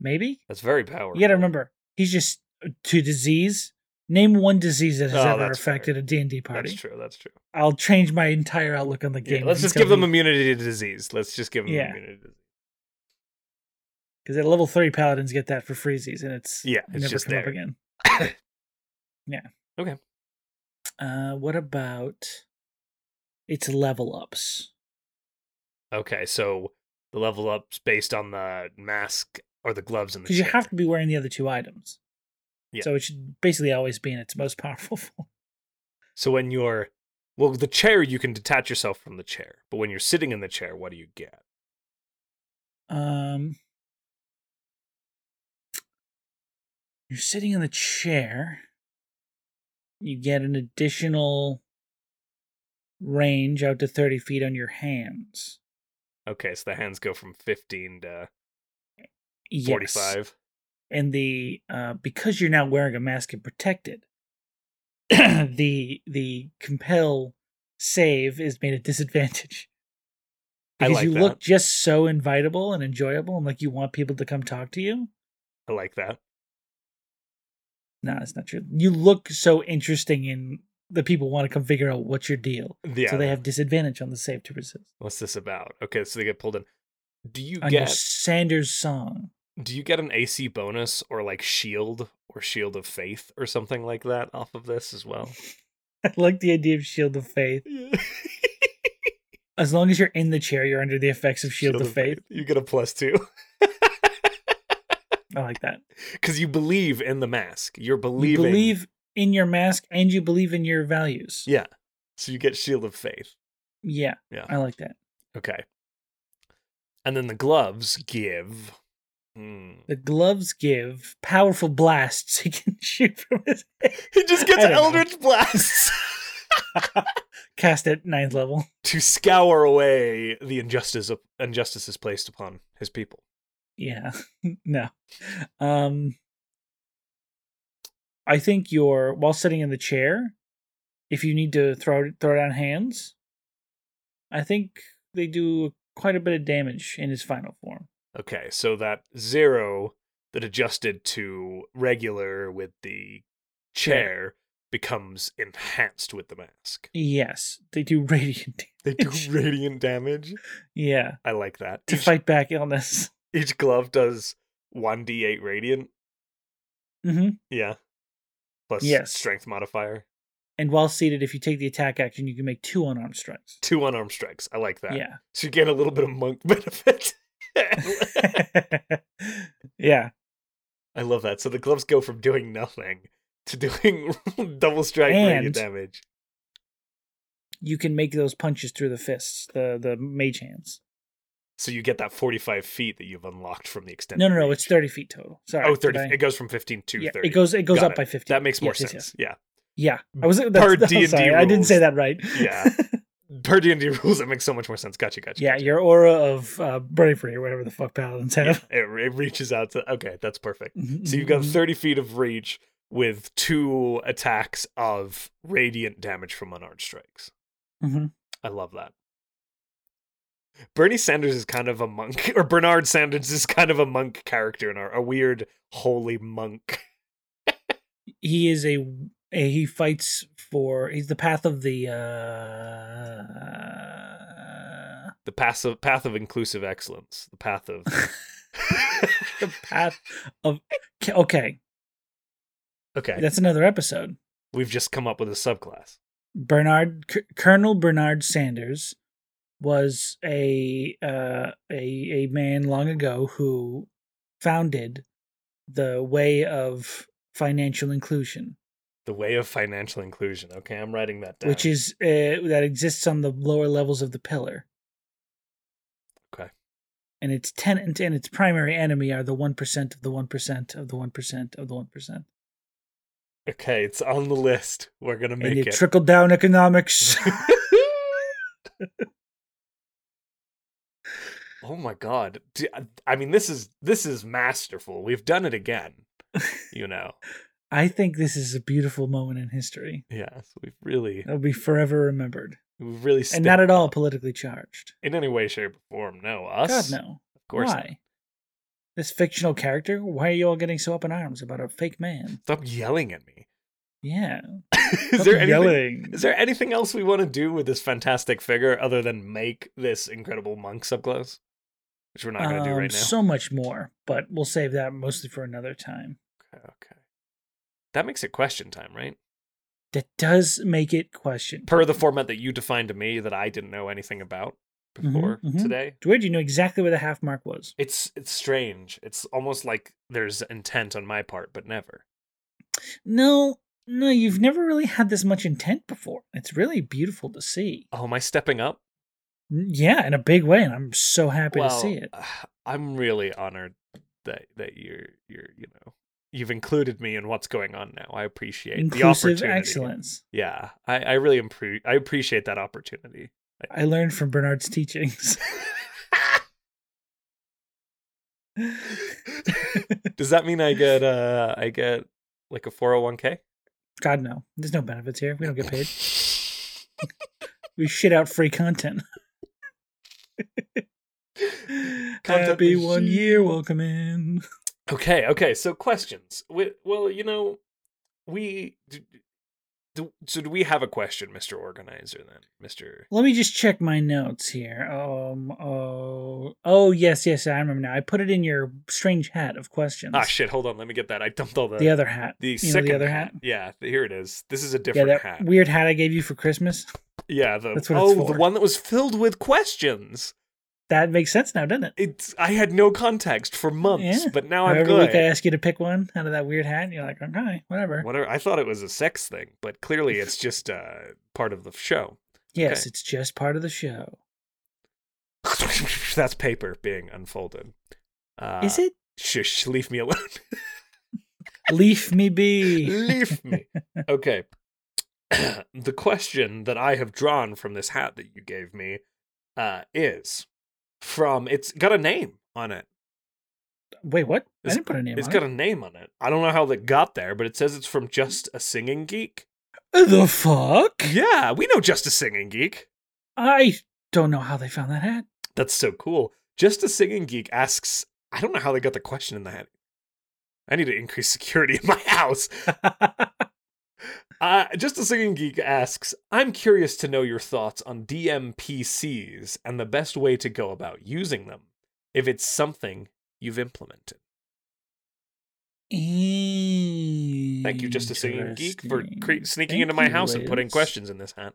[SPEAKER 1] maybe
[SPEAKER 2] That's very powerful.
[SPEAKER 1] you got to remember he's just uh, to disease. Name one disease that has
[SPEAKER 2] Oh,
[SPEAKER 1] ever
[SPEAKER 2] that's fair.
[SPEAKER 1] affected a D and D party.
[SPEAKER 2] That's true. That's true.
[SPEAKER 1] I'll change my entire outlook on the
[SPEAKER 2] Yeah,
[SPEAKER 1] game.
[SPEAKER 2] let's
[SPEAKER 1] if
[SPEAKER 2] just
[SPEAKER 1] you
[SPEAKER 2] give
[SPEAKER 1] tell
[SPEAKER 2] them
[SPEAKER 1] me-
[SPEAKER 2] immunity to disease. Let's just give them
[SPEAKER 1] Yeah.
[SPEAKER 2] immunity to disease.
[SPEAKER 1] because at level three paladins get that for freezies, and it's
[SPEAKER 2] Yeah, it's
[SPEAKER 1] never
[SPEAKER 2] just
[SPEAKER 1] come up
[SPEAKER 2] there.
[SPEAKER 1] again. [coughs] yeah.
[SPEAKER 2] Okay.
[SPEAKER 1] Uh, what about its level ups?
[SPEAKER 2] Okay, so the level up's based on the mask or the gloves and the
[SPEAKER 1] Because you
[SPEAKER 2] chip.
[SPEAKER 1] have to be wearing the other two items.
[SPEAKER 2] Yeah.
[SPEAKER 1] So it should basically always be in its most powerful [laughs] form.
[SPEAKER 2] So when you're well, the chair you can detach yourself from the chair, but when you're sitting in the chair, what do you get?
[SPEAKER 1] Um, you're sitting in the chair. You get an additional range out to 30 feet on your hands.
[SPEAKER 2] Okay, so the hands go from 15 to
[SPEAKER 1] Yes.
[SPEAKER 2] 45.
[SPEAKER 1] and the uh, because you're now wearing a mask and protected, [clears throat] the the compel save is made a disadvantage.
[SPEAKER 2] I
[SPEAKER 1] Because
[SPEAKER 2] like
[SPEAKER 1] you
[SPEAKER 2] that.
[SPEAKER 1] look just so invitable and enjoyable, and like you want people to come talk to you.
[SPEAKER 2] I like that. [laughs]
[SPEAKER 1] Nah, it's not true. You look so interesting, and the people want to come figure out what's your deal.
[SPEAKER 2] Yeah.
[SPEAKER 1] So they have disadvantage on the save to resist.
[SPEAKER 2] What's this about? Okay, so they get pulled in. Do you
[SPEAKER 1] On your
[SPEAKER 2] get
[SPEAKER 1] Sanders song, [laughs]
[SPEAKER 2] do you get an AC bonus or like shield or shield of faith or something like that off of this as well? [laughs]
[SPEAKER 1] I like the idea of [laughs] Shield of Faith.
[SPEAKER 2] Yeah.
[SPEAKER 1] As long as you're in the chair, you're under the effects of Shield, of, faith.
[SPEAKER 2] You get a plus 2
[SPEAKER 1] I like that.
[SPEAKER 2] cuz you believe in the mask. You're
[SPEAKER 1] you
[SPEAKER 2] believing
[SPEAKER 1] believe in your mask and you believe in your values.
[SPEAKER 2] Yeah. So you get shield of faith.
[SPEAKER 1] Yeah.
[SPEAKER 2] Yeah.
[SPEAKER 1] I like that.
[SPEAKER 2] Okay. And then the gloves give. Hmm.
[SPEAKER 1] The gloves give powerful blasts [laughs] he can shoot from his head.
[SPEAKER 2] He just
[SPEAKER 1] [laughs]
[SPEAKER 2] gets
[SPEAKER 1] I don't know.
[SPEAKER 2] Eldritch Blasts [laughs]
[SPEAKER 1] Cast at ninth level.
[SPEAKER 2] to scour away the injustice of, injustices placed upon his people.
[SPEAKER 1] Yeah. [laughs] no. Um I think your while sitting in the chair, if you need to throw throw down hands, I think they do quite a bit of damage in his final form.
[SPEAKER 2] Okay, so that zero that adjusted to regular with the chair becomes enhanced with
[SPEAKER 1] [laughs]
[SPEAKER 2] the mask.
[SPEAKER 1] Yes, they do [laughs] radiant. damage.
[SPEAKER 2] They do radiant damage.
[SPEAKER 1] Yeah,
[SPEAKER 2] I like that.
[SPEAKER 1] to
[SPEAKER 2] Each-
[SPEAKER 1] fight back illness. [laughs]
[SPEAKER 2] each glove does 1d8 radiant.
[SPEAKER 1] hmm
[SPEAKER 2] Yeah. Plus
[SPEAKER 1] Yes.
[SPEAKER 2] strength modifier.
[SPEAKER 1] And while seated, if you take the attack action, you can make two unarmed strikes.
[SPEAKER 2] two unarmed strikes. I like that.
[SPEAKER 1] Yeah. [laughs]
[SPEAKER 2] So you gain a little bit of monk [laughs] benefit.
[SPEAKER 1] yeah.
[SPEAKER 2] I love that. So the gloves go from doing nothing to doing [laughs] double strike
[SPEAKER 1] And-
[SPEAKER 2] radiant damage.
[SPEAKER 1] You can make those punches through the fists, the the mage hands.
[SPEAKER 2] So you get that 45 feet that you've unlocked from the extended.
[SPEAKER 1] No, no, no.
[SPEAKER 2] range.
[SPEAKER 1] It's thirty feet total. Sorry.
[SPEAKER 2] Oh, 30.
[SPEAKER 1] did I-
[SPEAKER 2] It goes from 15 to
[SPEAKER 1] yeah,
[SPEAKER 2] 30.
[SPEAKER 1] It goes. It goes
[SPEAKER 2] Got
[SPEAKER 1] up
[SPEAKER 2] it.
[SPEAKER 1] by fifty.
[SPEAKER 2] that makes more
[SPEAKER 1] Yes, yes,
[SPEAKER 2] sense.
[SPEAKER 1] Yes, yeah. I was. That's, [laughs]
[SPEAKER 2] Per
[SPEAKER 1] I'm
[SPEAKER 2] D&D
[SPEAKER 1] sorry, I didn't say
[SPEAKER 2] rules.
[SPEAKER 1] that right. [laughs]
[SPEAKER 2] Yeah. Yeah. Per D&D rules, that makes so much more sense. Gotcha, gotcha.
[SPEAKER 1] yeah.
[SPEAKER 2] gotcha.
[SPEAKER 1] Your aura of uh, bravery, or whatever the fuck paladins
[SPEAKER 2] Yeah,
[SPEAKER 1] have.
[SPEAKER 2] it, it reaches out to. Okay, that's perfect.
[SPEAKER 1] Mhm,
[SPEAKER 2] So you've got
[SPEAKER 1] mhm.
[SPEAKER 2] 30 feet of reach with two attacks of radiant damage from unarmed strikes.
[SPEAKER 1] Mhm.
[SPEAKER 2] I love that. Bernie Sanders is kind of a monk, [laughs] or Bernard Sanders is kind of a monk character in our a weird holy monk.
[SPEAKER 1] He is a, a- he fights for. He's the path of the. uh
[SPEAKER 2] The path of path of inclusive excellence. The
[SPEAKER 1] [laughs]
[SPEAKER 2] path of [laughs]
[SPEAKER 1] the path of K- okay
[SPEAKER 2] okay.
[SPEAKER 1] that's another episode
[SPEAKER 2] We've just come up with a subclass.
[SPEAKER 1] bernard C- colonel bernard sanders was a uh a a man long ago who founded the way of financial inclusion
[SPEAKER 2] The way of financial inclusion. Okay, I'm writing that down.
[SPEAKER 1] which is uh, that exists on the lower levels of the pillar
[SPEAKER 2] Okay.
[SPEAKER 1] and its tenant and its primary enemy are the 1% of the 1% of the 1% of the 1%
[SPEAKER 2] okay, it's on the list. We're gonna
[SPEAKER 1] and
[SPEAKER 2] make
[SPEAKER 1] it
[SPEAKER 2] it.
[SPEAKER 1] trickle down
[SPEAKER 2] [laughs]
[SPEAKER 1] economics
[SPEAKER 2] oh my god. D- I mean this is this is masterful. We've done it again. You
[SPEAKER 1] [laughs]
[SPEAKER 2] know.
[SPEAKER 1] I think this is a beautiful moment in history.
[SPEAKER 2] Yeah, so we've really
[SPEAKER 1] It'll be forever remembered.
[SPEAKER 2] we've really
[SPEAKER 1] and not
[SPEAKER 2] stepped
[SPEAKER 1] at all
[SPEAKER 2] up.
[SPEAKER 1] politically charged.
[SPEAKER 2] in any way, shape, or form. No, us.
[SPEAKER 1] God, no.
[SPEAKER 2] Of course.
[SPEAKER 1] Why?
[SPEAKER 2] not.
[SPEAKER 1] This fictional character? Why are you all getting so up in arms about a fake man?
[SPEAKER 2] Stop yelling at me. [laughs]
[SPEAKER 1] Yeah.
[SPEAKER 2] is
[SPEAKER 1] Stop
[SPEAKER 2] there anything? [laughs]
[SPEAKER 1] yelling?
[SPEAKER 2] Is there anything else we want to do with this fantastic figure other than make this incredible monk subclass? which we're not going to do
[SPEAKER 1] Um,
[SPEAKER 2] right now.
[SPEAKER 1] So much more, but we'll save that mostly for another time.
[SPEAKER 2] okay, okay. That makes it question time, right?
[SPEAKER 1] That does make it question.
[SPEAKER 2] Per the format that you defined to me that I didn't know anything about
[SPEAKER 1] Mhm,
[SPEAKER 2] before
[SPEAKER 1] mhm.
[SPEAKER 2] today.
[SPEAKER 1] It's weird. You know exactly where the half mark was.
[SPEAKER 2] It's it's strange. It's almost like there's intent on my part, but never.
[SPEAKER 1] No, no, you've never really had this much intent before. It's really beautiful to see.
[SPEAKER 2] Oh, am I stepping up?
[SPEAKER 1] N- Yeah, in a big way, and I'm so happy to
[SPEAKER 2] well, ah,
[SPEAKER 1] see it.
[SPEAKER 2] I'm really honored that that you're you're you know you've included me in what's going on now. I appreciate the
[SPEAKER 1] Inclusive
[SPEAKER 2] opportunity.
[SPEAKER 1] excellence.
[SPEAKER 2] Yeah, I I really impre- I appreciate that opportunity.
[SPEAKER 1] I learned from Bernard's teachings. [laughs]
[SPEAKER 2] Does that mean I get uh I get like a 401k?
[SPEAKER 1] God no, there's no benefits here. We don't get
[SPEAKER 2] [laughs]
[SPEAKER 1] paid. We shit out free content.
[SPEAKER 2] [laughs]
[SPEAKER 1] Happy
[SPEAKER 2] machine.
[SPEAKER 1] one year, welcome in.
[SPEAKER 2] Okay, okay. So questions. We, well, you know, we do, do, so do we have a question, Mr. Organizer then, Mr.
[SPEAKER 1] Let me just check my notes here. Um. Oh. Oh. Yes. Yes. I remember now. I put it in your strange hat of questions.
[SPEAKER 2] Ah shit, hold on. Let me get that. I dumped all the
[SPEAKER 1] the other hat.
[SPEAKER 2] the
[SPEAKER 1] you know, the
[SPEAKER 2] second
[SPEAKER 1] other hat?
[SPEAKER 2] Yeah, here it is. This is a
[SPEAKER 1] yeah,
[SPEAKER 2] different
[SPEAKER 1] that
[SPEAKER 2] hat.
[SPEAKER 1] weird hat I gave you for Christmas.
[SPEAKER 2] Yeah, the
[SPEAKER 1] That's what
[SPEAKER 2] oh,
[SPEAKER 1] it's
[SPEAKER 2] the
[SPEAKER 1] for.
[SPEAKER 2] one that was filled with questions.
[SPEAKER 1] That makes sense now, doesn't it?
[SPEAKER 2] It's I had no context for months,
[SPEAKER 1] Yeah.
[SPEAKER 2] but now Oh, I'm
[SPEAKER 1] Every
[SPEAKER 2] good.
[SPEAKER 1] week I ask you to pick one out of that weird hat, and you're like, okay, whatever.
[SPEAKER 2] Whatever. I thought it was a sex thing, but clearly it's just uh, part of the show. [laughs]
[SPEAKER 1] Yes,
[SPEAKER 2] okay.
[SPEAKER 1] it's just part of the show.
[SPEAKER 2] That's paper being unfolded. Uh,
[SPEAKER 1] Is it?
[SPEAKER 2] [laughs] Shush! Leave me alone.
[SPEAKER 1] Leave me
[SPEAKER 2] [laughs]
[SPEAKER 1] be.
[SPEAKER 2] leave me. Okay. [clears throat] the question that I have drawn from this hat that you gave me uh, is from it's got a name on it.
[SPEAKER 1] Wait, what? I
[SPEAKER 2] It's-
[SPEAKER 1] didn't put a name
[SPEAKER 2] It's
[SPEAKER 1] on
[SPEAKER 2] got
[SPEAKER 1] it.
[SPEAKER 2] a name on it. I don't know how that got there, but it says it's from Just a Singing Geek.
[SPEAKER 1] the fuck?
[SPEAKER 2] Yeah, we know Just a Singing Geek.
[SPEAKER 1] I don't know how they found that hat.
[SPEAKER 2] That's so cool. Just a Singing Geek asks, I don't know how they got the question in the hat. I need to increase security in my [laughs] house.
[SPEAKER 1] [laughs]
[SPEAKER 2] Uh, just a singing geek asks, I'm curious to know your thoughts on DMPCs and the best way to go about using them, if it's something you've implemented. Thank you, just a singing geek, for cre-
[SPEAKER 1] Interesting.
[SPEAKER 2] sneaking into my
[SPEAKER 1] Thank you,
[SPEAKER 2] house and putting
[SPEAKER 1] Liz.
[SPEAKER 2] questions in this hat.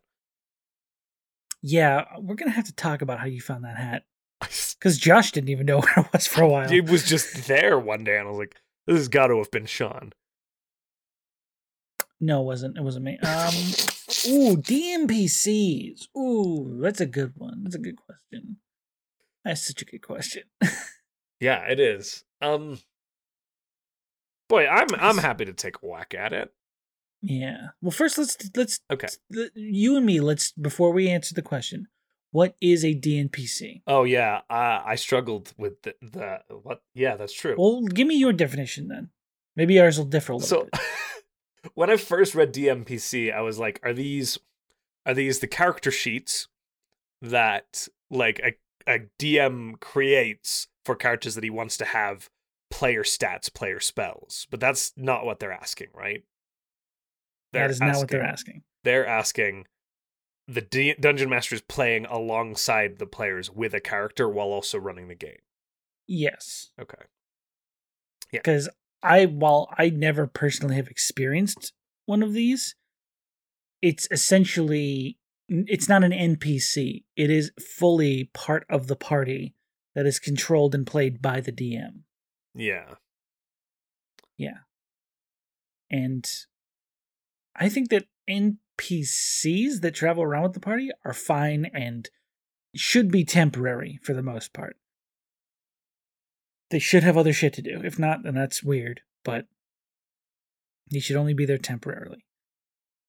[SPEAKER 2] [laughs]
[SPEAKER 1] Yeah, we're gonna have to talk about how you found that hat because Josh didn't even know [laughs] where it was for a while.
[SPEAKER 2] it was just there one day, and I was like, "This has got to have been Sean."
[SPEAKER 1] No, it wasn't. It wasn't me. Um. Ooh, DMPCs. Ooh, that's a good one. That's a good question. That's such a good question. [laughs]
[SPEAKER 2] yeah, it is. Um, boy, I'm I'm happy to take a whack at it.
[SPEAKER 1] Yeah. Well, first let's let's
[SPEAKER 2] Okay.
[SPEAKER 1] let- you and me let's before we answer the question, what is a DNPC?
[SPEAKER 2] Oh yeah, I I struggled with the, the what? Yeah, that's true.
[SPEAKER 1] Well, give me your definition then. Maybe ours will differ a little
[SPEAKER 2] so
[SPEAKER 1] bit.
[SPEAKER 2] [laughs] when i first read dmpc i was like are these are these the character sheets that like a, a dm creates for characters that he wants to have player stats player spells but that's not what they're asking right
[SPEAKER 1] That is not what they're asking.
[SPEAKER 2] they're asking the D- dungeon master is playing alongside the players with a character while also running the game
[SPEAKER 1] Yes,
[SPEAKER 2] okay
[SPEAKER 1] because I while I never personally have experienced one of these, it's essentially it's not an NPC. It is fully part of the party that is controlled and played by the DM.
[SPEAKER 2] yeah
[SPEAKER 1] and I think that NPCs that travel around with the party are fine and should be temporary for the most part. They should have other shit to do. If not, then that's weird, but they should only be there temporarily.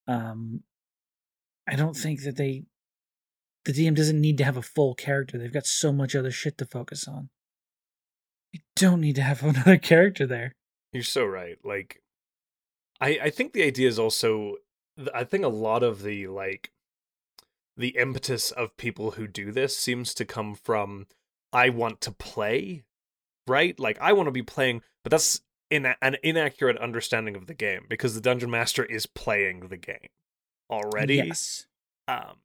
[SPEAKER 1] Um I don't think that they the DM doesn't need to have a full character. They've got so much other shit to focus on. You don't need to have [laughs] another character there.
[SPEAKER 2] You're so right. Like, I I think the idea is also th- I think a lot of the like the impetus of people who do this seems to come from I want to play, right? Like I want to be playing, but that's in an inaccurate understanding of the game because the dungeon master is playing the game already.
[SPEAKER 1] Yes.
[SPEAKER 2] Um.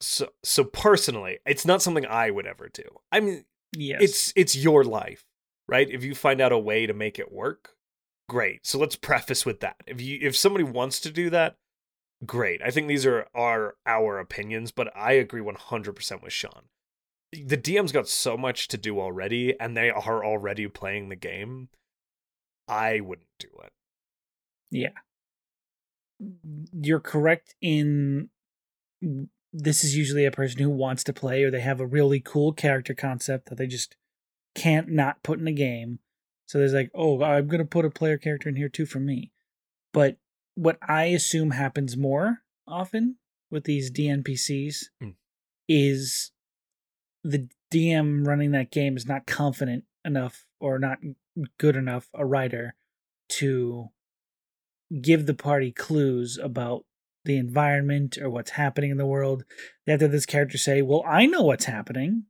[SPEAKER 2] So so personally, it's not something I would ever do. I mean,
[SPEAKER 1] Yes.
[SPEAKER 2] it's it's your life right if you find out a way to make it work great so let's preface with that if you if somebody wants to do that great i think these are are our opinions but i agree 100% with sean the dm's got so much to do already and they are already playing the game i wouldn't do it
[SPEAKER 1] you're correct in this is usually a person who wants to play or they have a really cool character concept that they just can't not put in a game. So there's like, oh, I'm going to put a player character in here too for me. But what I assume happens more often with these DNPCs
[SPEAKER 2] Mm.
[SPEAKER 1] is the DM running that game is not confident enough or not good enough a writer to give the party clues about the environment or what's happening in the world. They have to have this character say, Well, I know what's happening,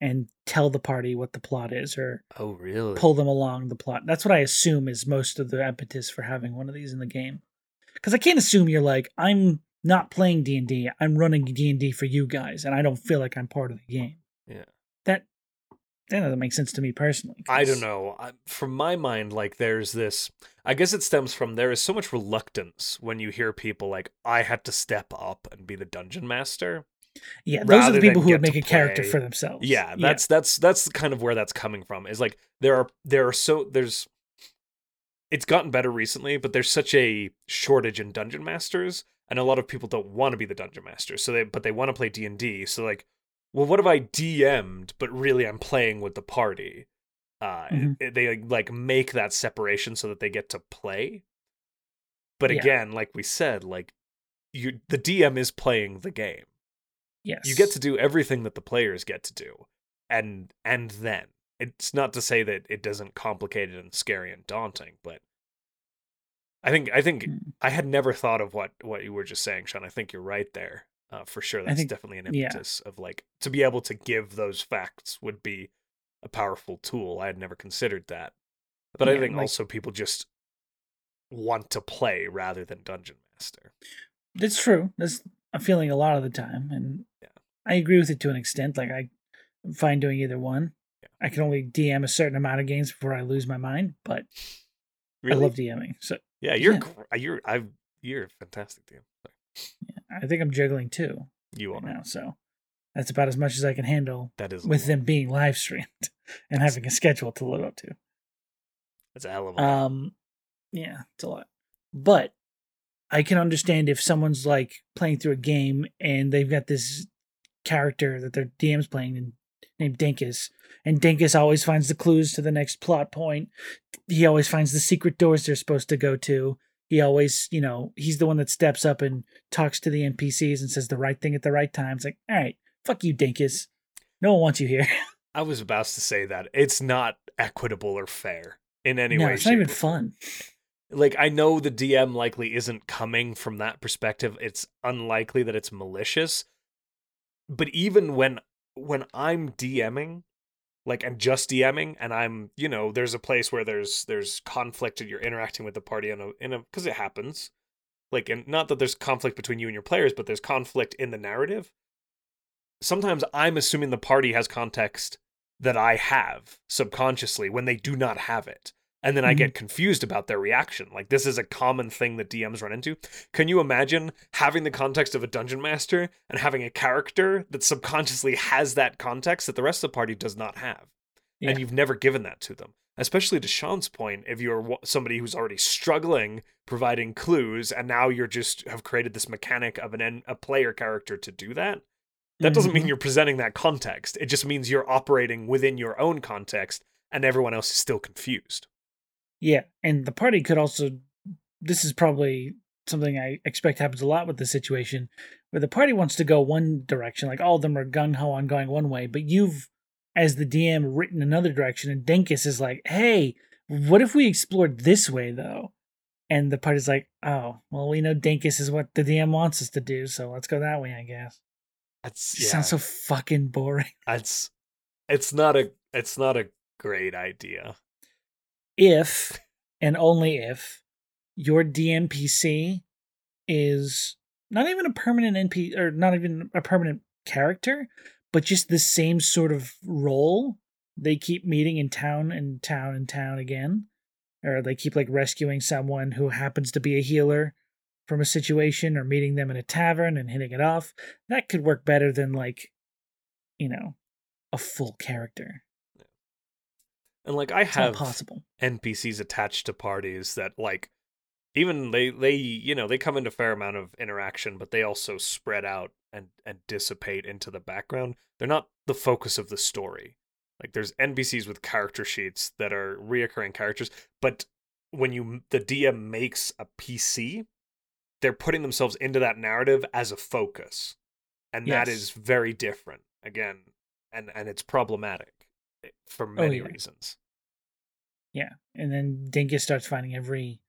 [SPEAKER 1] and tell the party what the plot is or
[SPEAKER 2] oh really
[SPEAKER 1] pull them along the plot. That's what I assume is most of the impetus for having one of these in the game. Because I can't assume you're like, I'm not playing D&D. I'm running D&D for you guys, and I don't feel like I'm part of the game.
[SPEAKER 2] Yeah.
[SPEAKER 1] That, that doesn't make sense to me personally. 'cause-
[SPEAKER 2] I don't know. I, from my mind, like there's this. I guess it stems from there is so much reluctance when you hear people like I had to step up and be the dungeon master.
[SPEAKER 1] Yeah, those are
[SPEAKER 2] rather
[SPEAKER 1] the people
[SPEAKER 2] than
[SPEAKER 1] who would
[SPEAKER 2] get
[SPEAKER 1] make
[SPEAKER 2] to
[SPEAKER 1] a character
[SPEAKER 2] play-
[SPEAKER 1] for themselves.
[SPEAKER 2] Yeah, that's that's that's kind of where that's coming from. Is like there are there are so there's. It's gotten better recently, but there's such a shortage in dungeon masters, and a lot of people don't want to be the dungeon master. So they but they want to play D and D. So like, well, what have I DM'd? But really, I'm playing with the party. uh
[SPEAKER 1] Mhm.
[SPEAKER 2] it- they like, like make that separation so that they get to play but
[SPEAKER 1] Yeah.
[SPEAKER 2] again like we said like you the dm is playing the game
[SPEAKER 1] yes.
[SPEAKER 2] you get to do everything that the players get to do and and then it's not to say that it doesn't complicated and scary and daunting but i think i think
[SPEAKER 1] Hmm.
[SPEAKER 2] i had never thought of what what you were just saying sean i think you're right there uh, for sure that's
[SPEAKER 1] think-
[SPEAKER 2] definitely an
[SPEAKER 1] yeah.
[SPEAKER 2] impetus of like to be able to give those facts would be a powerful tool i had never considered that but i
[SPEAKER 1] Yeah,
[SPEAKER 2] think
[SPEAKER 1] like-
[SPEAKER 2] also people just want to play rather than dungeon master
[SPEAKER 1] That's true. That's a feeling a lot of the time, and
[SPEAKER 2] Yeah.
[SPEAKER 1] I agree with it to an extent. Like I, I'm fine doing either one.
[SPEAKER 2] Yeah.
[SPEAKER 1] I can only DM a certain amount of games before I lose my mind, but I love DMing. So
[SPEAKER 2] yeah you're
[SPEAKER 1] yeah.
[SPEAKER 2] gr- you're i've you're a fantastic dm player.
[SPEAKER 1] I think I'm juggling two
[SPEAKER 2] you
[SPEAKER 1] right
[SPEAKER 2] are
[SPEAKER 1] now. So that's about as much as I can handle
[SPEAKER 2] That is a
[SPEAKER 1] with
[SPEAKER 2] lot.
[SPEAKER 1] them being live streamed [laughs] and having a schedule to live up to.
[SPEAKER 2] That's a hell of a lot.
[SPEAKER 1] Um, yeah, it's a lot. But I can understand if someone's like playing through a game and they've got this character that their DM's playing and named Dinkus, and Dinkus always finds the clues to the next plot point. He always finds the secret doors they're supposed to go to. He always, you know, he's the one that steps up and talks to the NPCs and says the right thing at the right time. It's like, all right, fuck you, Dinkus. No one wants you here. [laughs]
[SPEAKER 2] I was about to say that it's not equitable or fair in any
[SPEAKER 1] no,
[SPEAKER 2] way.
[SPEAKER 1] it's not
[SPEAKER 2] shape,
[SPEAKER 1] even
[SPEAKER 2] or-
[SPEAKER 1] fun.
[SPEAKER 2] Like I know the DM likely isn't coming from that perspective. It's unlikely that it's malicious. But even when when I'm DMing, like I'm just DMing and I'm, you know, there's a place where there's there's conflict and you're interacting with the party in a in a cuz it happens. Like and not that there's conflict between you and your players, but there's conflict in the narrative. Sometimes I'm assuming the party has context that I have subconsciously when they do not have it. And then I get confused about their reaction. Like this is a common thing that DMs run into. Can you imagine having the context of a dungeon master and having a character that subconsciously has that context that the rest of the party does not have?
[SPEAKER 1] Yeah.
[SPEAKER 2] And you've never given that to them. Especially to Sean's point, if you're wa- somebody who's already struggling providing clues and now you're just have created this mechanic of an en- a player character to do that, that doesn't
[SPEAKER 1] Mm-hmm.
[SPEAKER 2] mean you're presenting that context. It just means you're operating within your own context and everyone else is still confused.
[SPEAKER 1] Yeah, and the party could also. This is probably something I expect happens a lot with this situation, where the party wants to go one direction, like all of them are gung ho on going one way, but you've, as the DM, written another direction, and Denkus is like, "Hey, what if we explored this way though?" And the party's like, "Oh, well, we know Denkus is what the DM wants us to do, so let's go that way, I guess."
[SPEAKER 2] That's
[SPEAKER 1] It sounds so fucking boring.
[SPEAKER 2] It's it's not a it's not a great idea.
[SPEAKER 1] if and only if your DMPC is not even a permanent NP or not even a permanent character, but just the same sort of role. They keep meeting in town and town and town again, or they keep like rescuing someone who happens to be a healer from a situation, or meeting them in a tavern and hitting it off. That could work better than like, you know, a full character.
[SPEAKER 2] And like I
[SPEAKER 1] It's
[SPEAKER 2] have
[SPEAKER 1] not possible.
[SPEAKER 2] NPCs attached to parties that like even they they you know they come into a fair amount of interaction, but they also spread out and and dissipate into the background. They're not the focus of the story. Like there's NPCs with character sheets that are reoccurring characters, but when you the DM makes a PC, they're putting themselves into that narrative as a focus, and that
[SPEAKER 1] Yes.
[SPEAKER 2] is very different again, and and it's problematic eh, for many
[SPEAKER 1] Oh, yeah.
[SPEAKER 2] reasons.
[SPEAKER 1] Yeah. And then Dinkus starts finding every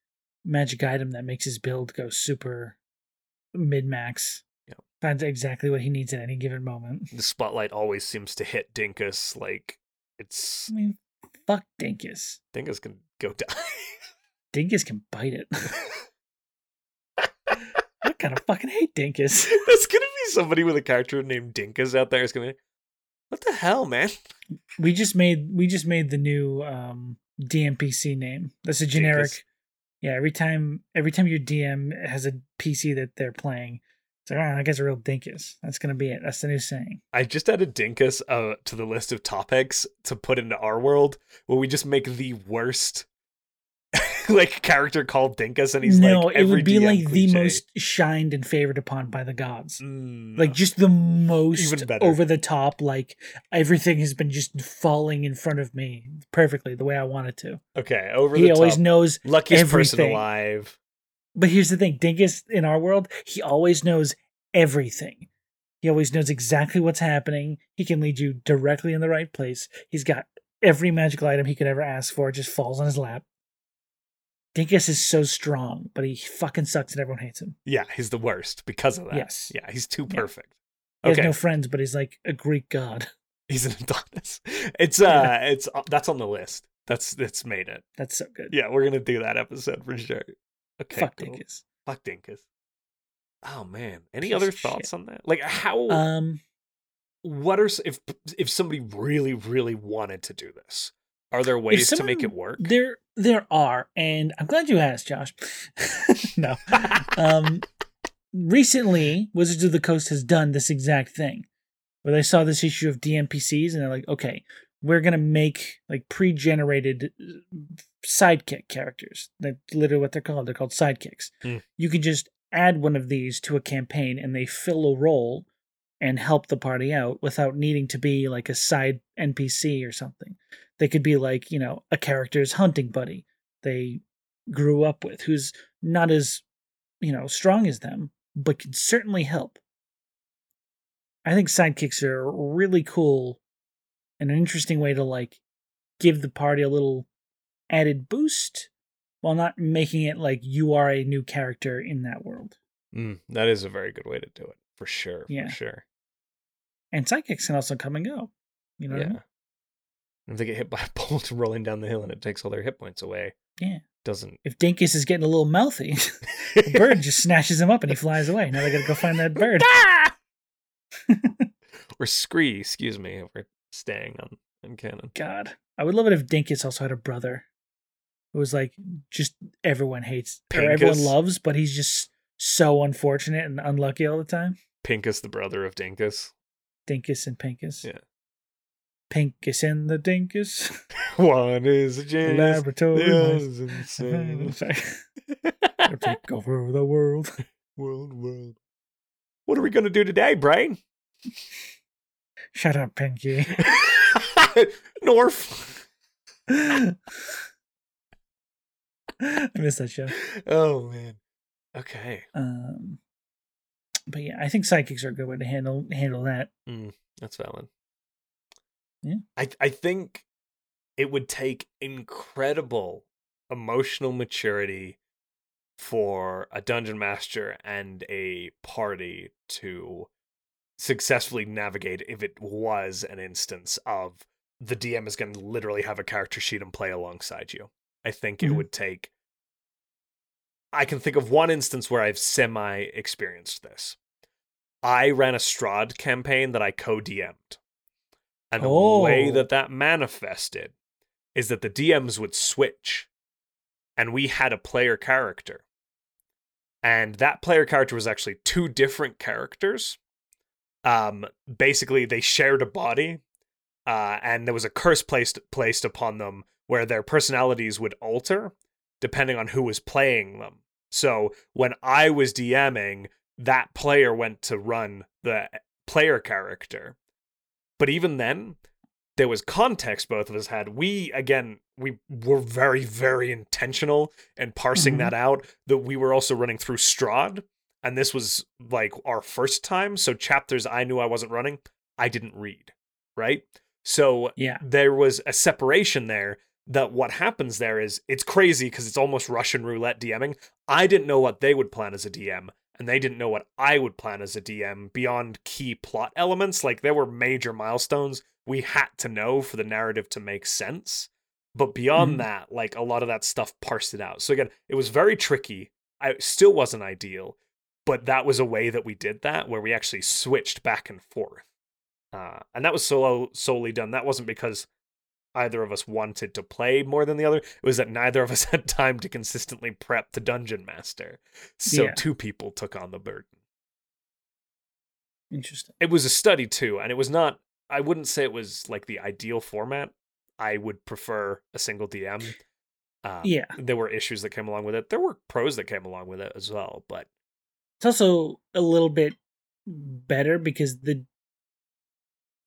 [SPEAKER 1] magic item that makes his build go super mid max.
[SPEAKER 2] Yep.
[SPEAKER 1] Finds exactly what he needs at any given moment.
[SPEAKER 2] the spotlight always seems to hit Dinkus. Like it's
[SPEAKER 1] I mean, fuck Dinkus.
[SPEAKER 2] Dinkus can go [laughs] die.
[SPEAKER 1] Dinkus can bite it. I kind of fucking hate Dinkus.
[SPEAKER 2] There's gonna be somebody with a character named Dinkus out there. It's gonna be, like, what the hell, man?
[SPEAKER 1] We just made we just made the new um DMPC name. That's a generic.
[SPEAKER 2] Dinkus.
[SPEAKER 1] Yeah, every time every time your DM has a PC that they're playing, it's like, oh, that guy's a real Dinkus. That's gonna be it. That's the new saying.
[SPEAKER 2] I just added Dinkus uh, to the list of topics to put into our world, where we just make the worst [laughs] like character called Dinkus, and he's
[SPEAKER 1] no,
[SPEAKER 2] like
[SPEAKER 1] it
[SPEAKER 2] every
[SPEAKER 1] would be
[SPEAKER 2] DM
[SPEAKER 1] like the
[SPEAKER 2] cliche.
[SPEAKER 1] most shined and favored upon by the gods.
[SPEAKER 2] Mm,
[SPEAKER 1] Like just the most
[SPEAKER 2] Even better.
[SPEAKER 1] over the top. Like everything has been just falling in front of me perfectly the way I want it to.
[SPEAKER 2] okay over
[SPEAKER 1] he
[SPEAKER 2] the
[SPEAKER 1] always
[SPEAKER 2] top.
[SPEAKER 1] knows
[SPEAKER 2] luckiest person
[SPEAKER 1] everything.
[SPEAKER 2] alive.
[SPEAKER 1] But here's the thing, Dinkus in our world, he always knows everything. He always knows exactly what's happening. He can lead you directly in the right place. He's got every magical item he could ever ask for. It just falls on his lap. Dinkus is so strong, but he fucking sucks and everyone hates him.
[SPEAKER 2] Yeah, he's the worst because of that.
[SPEAKER 1] Yes.
[SPEAKER 2] Yeah, he's too
[SPEAKER 1] Yeah.
[SPEAKER 2] perfect.
[SPEAKER 1] He
[SPEAKER 2] Okay.
[SPEAKER 1] has no friends, but he's like a Greek god. [laughs]
[SPEAKER 2] He's an [laughs] Adonis. It's uh
[SPEAKER 1] Yeah.
[SPEAKER 2] it's that's on the list. That's that's made it.
[SPEAKER 1] That's so good.
[SPEAKER 2] Yeah, we're gonna do that episode for sure. Okay.
[SPEAKER 1] Fuck
[SPEAKER 2] cool.
[SPEAKER 1] Dinkus.
[SPEAKER 2] Fuck Dinkus. Oh man. Any
[SPEAKER 1] Piece
[SPEAKER 2] other
[SPEAKER 1] of shit.
[SPEAKER 2] thoughts on that? Like how
[SPEAKER 1] Um,
[SPEAKER 2] what are s- if if somebody really, really wanted to do this? Are there ways to make it work? [laughs]
[SPEAKER 1] there there are, and I'm glad you asked, Josh. [laughs] no. um, recently, Wizards of the Coast has done this exact thing, where they saw this issue of DMPCs and they're like, okay, we're gonna make like pre-generated uh, sidekick characters. That's literally what they're called. They're called sidekicks.
[SPEAKER 2] Hmm.
[SPEAKER 1] You can just add one of these to a campaign, and they fill a role and help the party out without needing to be like a side NPC or something. They could be like, you know, a character's hunting buddy they grew up with, who's not as you know, strong as them, but can certainly help. I think sidekicks are really cool and an interesting way to like give the party a little added boost while not making it like you are a new character in that world.
[SPEAKER 2] Mm, that is a very good way to do it, for sure.
[SPEAKER 1] Yeah.
[SPEAKER 2] For sure.
[SPEAKER 1] And sidekicks can also come and go. You know what I mean?
[SPEAKER 2] If they get hit by [laughs] a bolt rolling down the hill and it takes all their hit points away.
[SPEAKER 1] Yeah.
[SPEAKER 2] Doesn't [laughs]
[SPEAKER 1] If Dinkus is getting a little mouthy, [laughs] the bird just snatches him up and he flies away. Now they gotta go find
[SPEAKER 2] [laughs]
[SPEAKER 1] that bird.
[SPEAKER 2] or Scree, excuse me, if we're staying on in canon.
[SPEAKER 1] God. I would love it if Dinkus also had a brother who was like just everyone hates or everyone
[SPEAKER 2] Pinkus?
[SPEAKER 1] loves, but he's just so unfortunate and unlucky all the time.
[SPEAKER 2] Pinkus, the brother of Dinkus. [laughs]
[SPEAKER 1] Dinkus and Pinkus.
[SPEAKER 2] Yeah.
[SPEAKER 1] Pinkus and the Dinkus.
[SPEAKER 2] One is a genius.
[SPEAKER 1] Laboratory.
[SPEAKER 2] The other
[SPEAKER 1] mice.
[SPEAKER 2] is
[SPEAKER 1] [laughs]
[SPEAKER 2] insane.
[SPEAKER 1] Sorry. They'll Take over the world. [laughs]
[SPEAKER 2] world, world. What are we gonna do today, Brain? [laughs]
[SPEAKER 1] Shut up, Pinky. [laughs]
[SPEAKER 2] Norf.
[SPEAKER 1] I miss that show.
[SPEAKER 2] Oh man. Okay.
[SPEAKER 1] Um, but yeah, I think psychics are a good way to handle handle that.
[SPEAKER 2] That's valid.
[SPEAKER 1] Yeah.
[SPEAKER 2] I I think it would take incredible emotional maturity for a dungeon master and a party to successfully navigate if it was an instance of the DM is going to literally have a character sheet and play alongside you. I think it
[SPEAKER 1] Mhm.
[SPEAKER 2] would take I can think of one instance where I've semi experienced this I ran a Strahd campaign that I co DM'd. And the way
[SPEAKER 1] Oh.
[SPEAKER 2] that that manifested is that the DMs would switch, and we had a player character. And that player character was actually two different characters. Um, basically, they shared a body, uh, and there was a curse placed placed upon them where their personalities would alter depending on who was playing them. So when I was DMing, that player went to run the player character. But even then, there was context both of us had. We, again, we were very, very intentional in parsing
[SPEAKER 1] Mhm.
[SPEAKER 2] that out, that we were also running through Strahd. And this was like our first time. So chapters I knew I wasn't running, I didn't read. Right. So
[SPEAKER 1] Yeah.
[SPEAKER 2] there was a separation there that what happens there is it's crazy because it's almost Russian roulette DMing. I didn't know what they would plan as a DM, and they didn't know what I would plan as a DM beyond key plot elements. Like there were major milestones we had to know for the narrative to make sense. But beyond
[SPEAKER 1] Mhm.
[SPEAKER 2] that, like a lot of that stuff parsed it out. So again, it was very tricky. I it still wasn't ideal, but that was a way that we did that where we actually switched back and forth. Uh, and that was solo solely done. That wasn't because either of us wanted to play more than the other. It was that neither of us [laughs] had time to consistently prep the dungeon master. So
[SPEAKER 1] Yeah.
[SPEAKER 2] two people took on the burden.
[SPEAKER 1] Interesting.
[SPEAKER 2] It was a study too, and it was not I wouldn't say it was like the ideal format. I would prefer a single DM. Um,
[SPEAKER 1] Yeah.
[SPEAKER 2] There were issues that came along with it. There were pros that came along with it as well, but
[SPEAKER 1] It's also a little bit better because the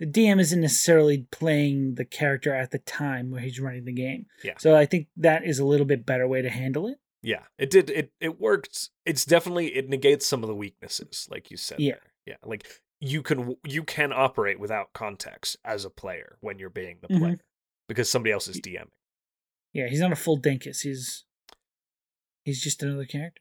[SPEAKER 1] the DM isn't necessarily playing the character at the time where he's running the game.
[SPEAKER 2] Yeah.
[SPEAKER 1] So I think that is a little bit better way to handle it.
[SPEAKER 2] Yeah, it did. It it worked. It's definitely it negates some of the weaknesses, like you said.
[SPEAKER 1] Yeah.
[SPEAKER 2] there. yeah. Like you can you can operate without context as a player when you're being the
[SPEAKER 1] Mhm.
[SPEAKER 2] player because somebody else is DMing.
[SPEAKER 1] Yeah, he's not a full dinkus. He's he's just another character.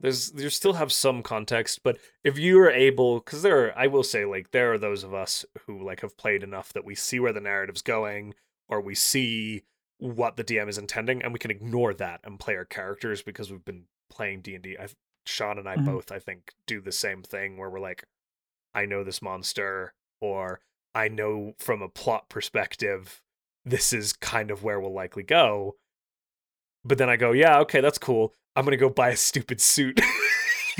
[SPEAKER 2] There's you still have some context, but if you are able, because there are, I will say, like there are those of us who like have played enough that we see where the narrative's going, or we see what the DM is intending, and we can ignore that and play our characters because we've been playing D and D. Sean and I
[SPEAKER 1] Mhm.
[SPEAKER 2] both, I think, do the same thing where we're like, I know this monster, or I know from a plot perspective, this is kind of where we'll likely go. But then I go, yeah, okay, that's cool. I'm gonna go buy a stupid suit [laughs]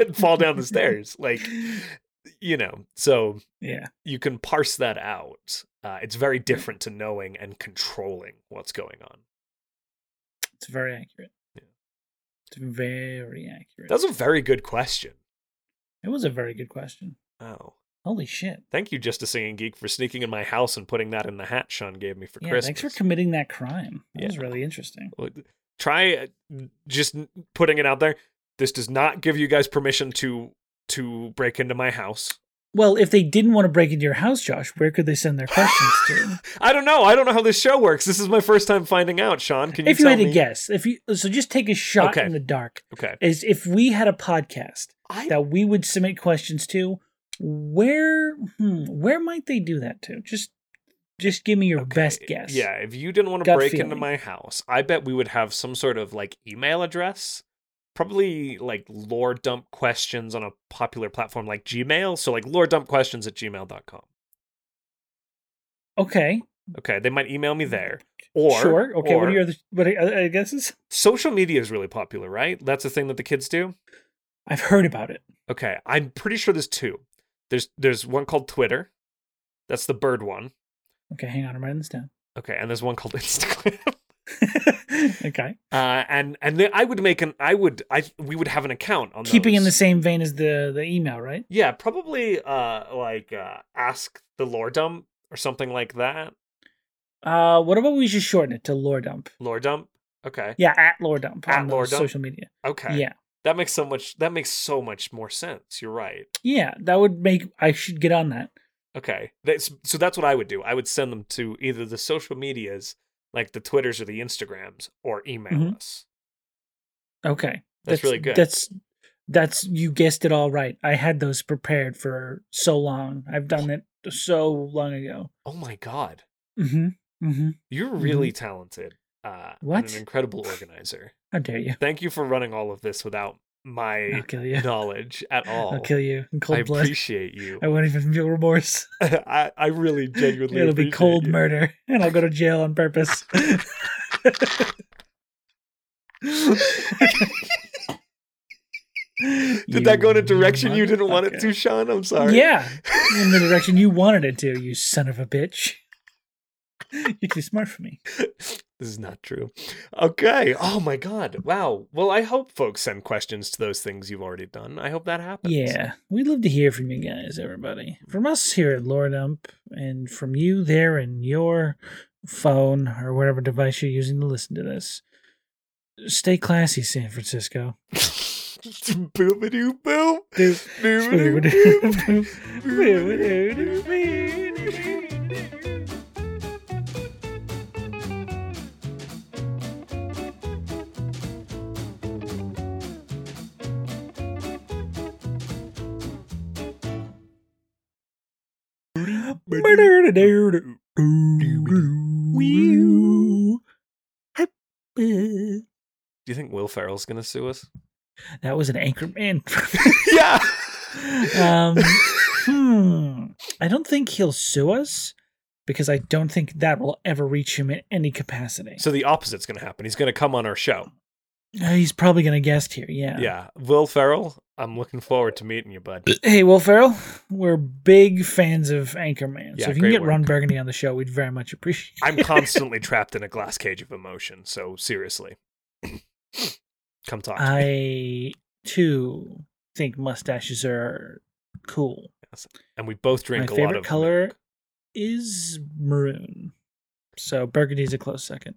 [SPEAKER 2] and fall down the stairs, like you know. So
[SPEAKER 1] Yeah.
[SPEAKER 2] you can parse that out. Uh, it's very
[SPEAKER 1] Mm.
[SPEAKER 2] different to knowing and controlling what's going on.
[SPEAKER 1] It's very accurate.
[SPEAKER 2] Yeah.
[SPEAKER 1] It's very accurate.
[SPEAKER 2] That's a very good question.
[SPEAKER 1] it was a very good question.
[SPEAKER 2] Oh,
[SPEAKER 1] Holy shit.
[SPEAKER 2] thank you, Just a Singing Geek, for sneaking in my house and putting that in the hat Sean gave me for
[SPEAKER 1] yeah,
[SPEAKER 2] Christmas.
[SPEAKER 1] thanks for committing that crime. That was
[SPEAKER 2] Yeah.
[SPEAKER 1] really interesting.
[SPEAKER 2] Like, try uh, just putting it out there. This does not give you guys permission to to break into my house.
[SPEAKER 1] Well, if they didn't want to break into your house, Josh, where could they send their questions to?
[SPEAKER 2] I don't know. I don't know how this show works. This is my first time finding out, Sean. Can you
[SPEAKER 1] if you had
[SPEAKER 2] tell me?
[SPEAKER 1] a guess, if you so just take a shot
[SPEAKER 2] Okay.
[SPEAKER 1] in the dark.
[SPEAKER 2] Okay.
[SPEAKER 1] Is if we had a podcast
[SPEAKER 2] I
[SPEAKER 1] that we would submit questions to, where hmm, where might they do that to? Just just give me your
[SPEAKER 2] Okay,
[SPEAKER 1] best guess.
[SPEAKER 2] Yeah, if you didn't want to
[SPEAKER 1] Gut
[SPEAKER 2] break into
[SPEAKER 1] feeling.
[SPEAKER 2] my house, I bet we would have some sort of like email address. Probably like lore dump questions on a popular platform like Gmail. So like lore dump questions at gmail.com.
[SPEAKER 1] Okay.
[SPEAKER 2] Okay. They might email me there. Or
[SPEAKER 1] Mm, sure. Okay. what
[SPEAKER 2] or-
[SPEAKER 1] are your other, what are other guesses? [laughs]
[SPEAKER 2] social media is really popular, right? That's a thing that the kids do.
[SPEAKER 1] I've heard about it.
[SPEAKER 2] Okay. I'm pretty sure there's two. There's there's one called Twitter. That's the bird one.
[SPEAKER 1] Okay, hang on. I'm writing this down. [laughs]
[SPEAKER 2] Okay, and there's one called [laughs] Instagram.
[SPEAKER 1] okay.
[SPEAKER 2] Uh, and and then I would make an I would I we would have an account on
[SPEAKER 1] Keeping in
[SPEAKER 2] those.
[SPEAKER 1] the same vein as the the email, right?
[SPEAKER 2] Yeah, probably uh like uh ask the lore dump or something like that.
[SPEAKER 1] Uh, what about we just shorten it to lore dump?
[SPEAKER 2] Lore dump. Okay.
[SPEAKER 1] Yeah, at lore dump
[SPEAKER 2] At
[SPEAKER 1] on
[SPEAKER 2] lore
[SPEAKER 1] those
[SPEAKER 2] dump?
[SPEAKER 1] social media.
[SPEAKER 2] Okay.
[SPEAKER 1] Yeah,
[SPEAKER 2] That makes so much that makes so much more sense. You're right.
[SPEAKER 1] yeah, that would make I should get on that.
[SPEAKER 2] Okay. That's so that's what I would do. I would send them to either the social medias, like the Twitters or the Instagrams, or email
[SPEAKER 1] Mhm.
[SPEAKER 2] us.
[SPEAKER 1] Okay,
[SPEAKER 2] That's really good.
[SPEAKER 1] That's that's you guessed it all right. I had those prepared for so long. I've done it so long ago.
[SPEAKER 2] Oh my god.
[SPEAKER 1] Mm-hmm. Mm-hmm.
[SPEAKER 2] You're
[SPEAKER 1] Mhm.
[SPEAKER 2] really talented. Uh and
[SPEAKER 1] What?
[SPEAKER 2] an incredible organizer.
[SPEAKER 1] How dare you?
[SPEAKER 2] Thank you for running all of this without my
[SPEAKER 1] [laughs] I'll kill you.
[SPEAKER 2] knowledge at all.
[SPEAKER 1] I'll kill you in cold
[SPEAKER 2] I
[SPEAKER 1] blood.
[SPEAKER 2] appreciate you.
[SPEAKER 1] I won't even feel remorse.
[SPEAKER 2] I, I really genuinely
[SPEAKER 1] It'll be
[SPEAKER 2] appreciate
[SPEAKER 1] cold
[SPEAKER 2] you.
[SPEAKER 1] murder, and I'll go to jail on purpose.
[SPEAKER 2] [laughs] Did that go in a direction you didn't want it to, Sean? I'm [laughs] sorry.
[SPEAKER 1] Yeah, in the direction you wanted it to, you son of a bitch. You're too smart for me.
[SPEAKER 2] This is not true. Okay. Oh my god. Wow. Well, I hope folks send questions to those things you've already done. I hope that happens. [laughs]
[SPEAKER 1] Yeah, we'd love to hear from you guys, everybody. From us here at Lord Ump, and from you there in your phone or whatever device you're using to listen to this. Stay classy, San Francisco.
[SPEAKER 2] Boobadoo boop.
[SPEAKER 1] Dude.
[SPEAKER 2] Boobadoo boop.
[SPEAKER 1] [laughs] Thanks
[SPEAKER 2] Do you think Will Ferrell's gonna
[SPEAKER 1] [laughs]
[SPEAKER 2] sue us?
[SPEAKER 1] That was an anchor man. [laughs]
[SPEAKER 2] yeah.
[SPEAKER 1] um, hmm. I don't think he'll sue us because I don't think that will ever reach him in any capacity.
[SPEAKER 2] [laughs] So the opposite's gonna happen. He's gonna come on our show.
[SPEAKER 1] Uh, he's probably going to guest here. Yeah.
[SPEAKER 2] Yeah. Will Ferrell, I'm looking forward to meeting you, bud.
[SPEAKER 1] Hey, Will Ferrell, we're big fans of Anchorman.
[SPEAKER 2] Yeah,
[SPEAKER 1] so if you
[SPEAKER 2] great
[SPEAKER 1] can get Ron
[SPEAKER 2] work.
[SPEAKER 1] Burgundy on the show, we'd very much
[SPEAKER 2] [laughs]
[SPEAKER 1] appreciate
[SPEAKER 2] I'm constantly trapped in a glass cage of emotion, so seriously. [clears throat] come talk
[SPEAKER 1] it.
[SPEAKER 2] to me.
[SPEAKER 1] I, too, think mustaches are cool.
[SPEAKER 2] And we both drink
[SPEAKER 1] My
[SPEAKER 2] a lot
[SPEAKER 1] favorite
[SPEAKER 2] of
[SPEAKER 1] color
[SPEAKER 2] milk.
[SPEAKER 1] is maroon. So burgundy's a close second.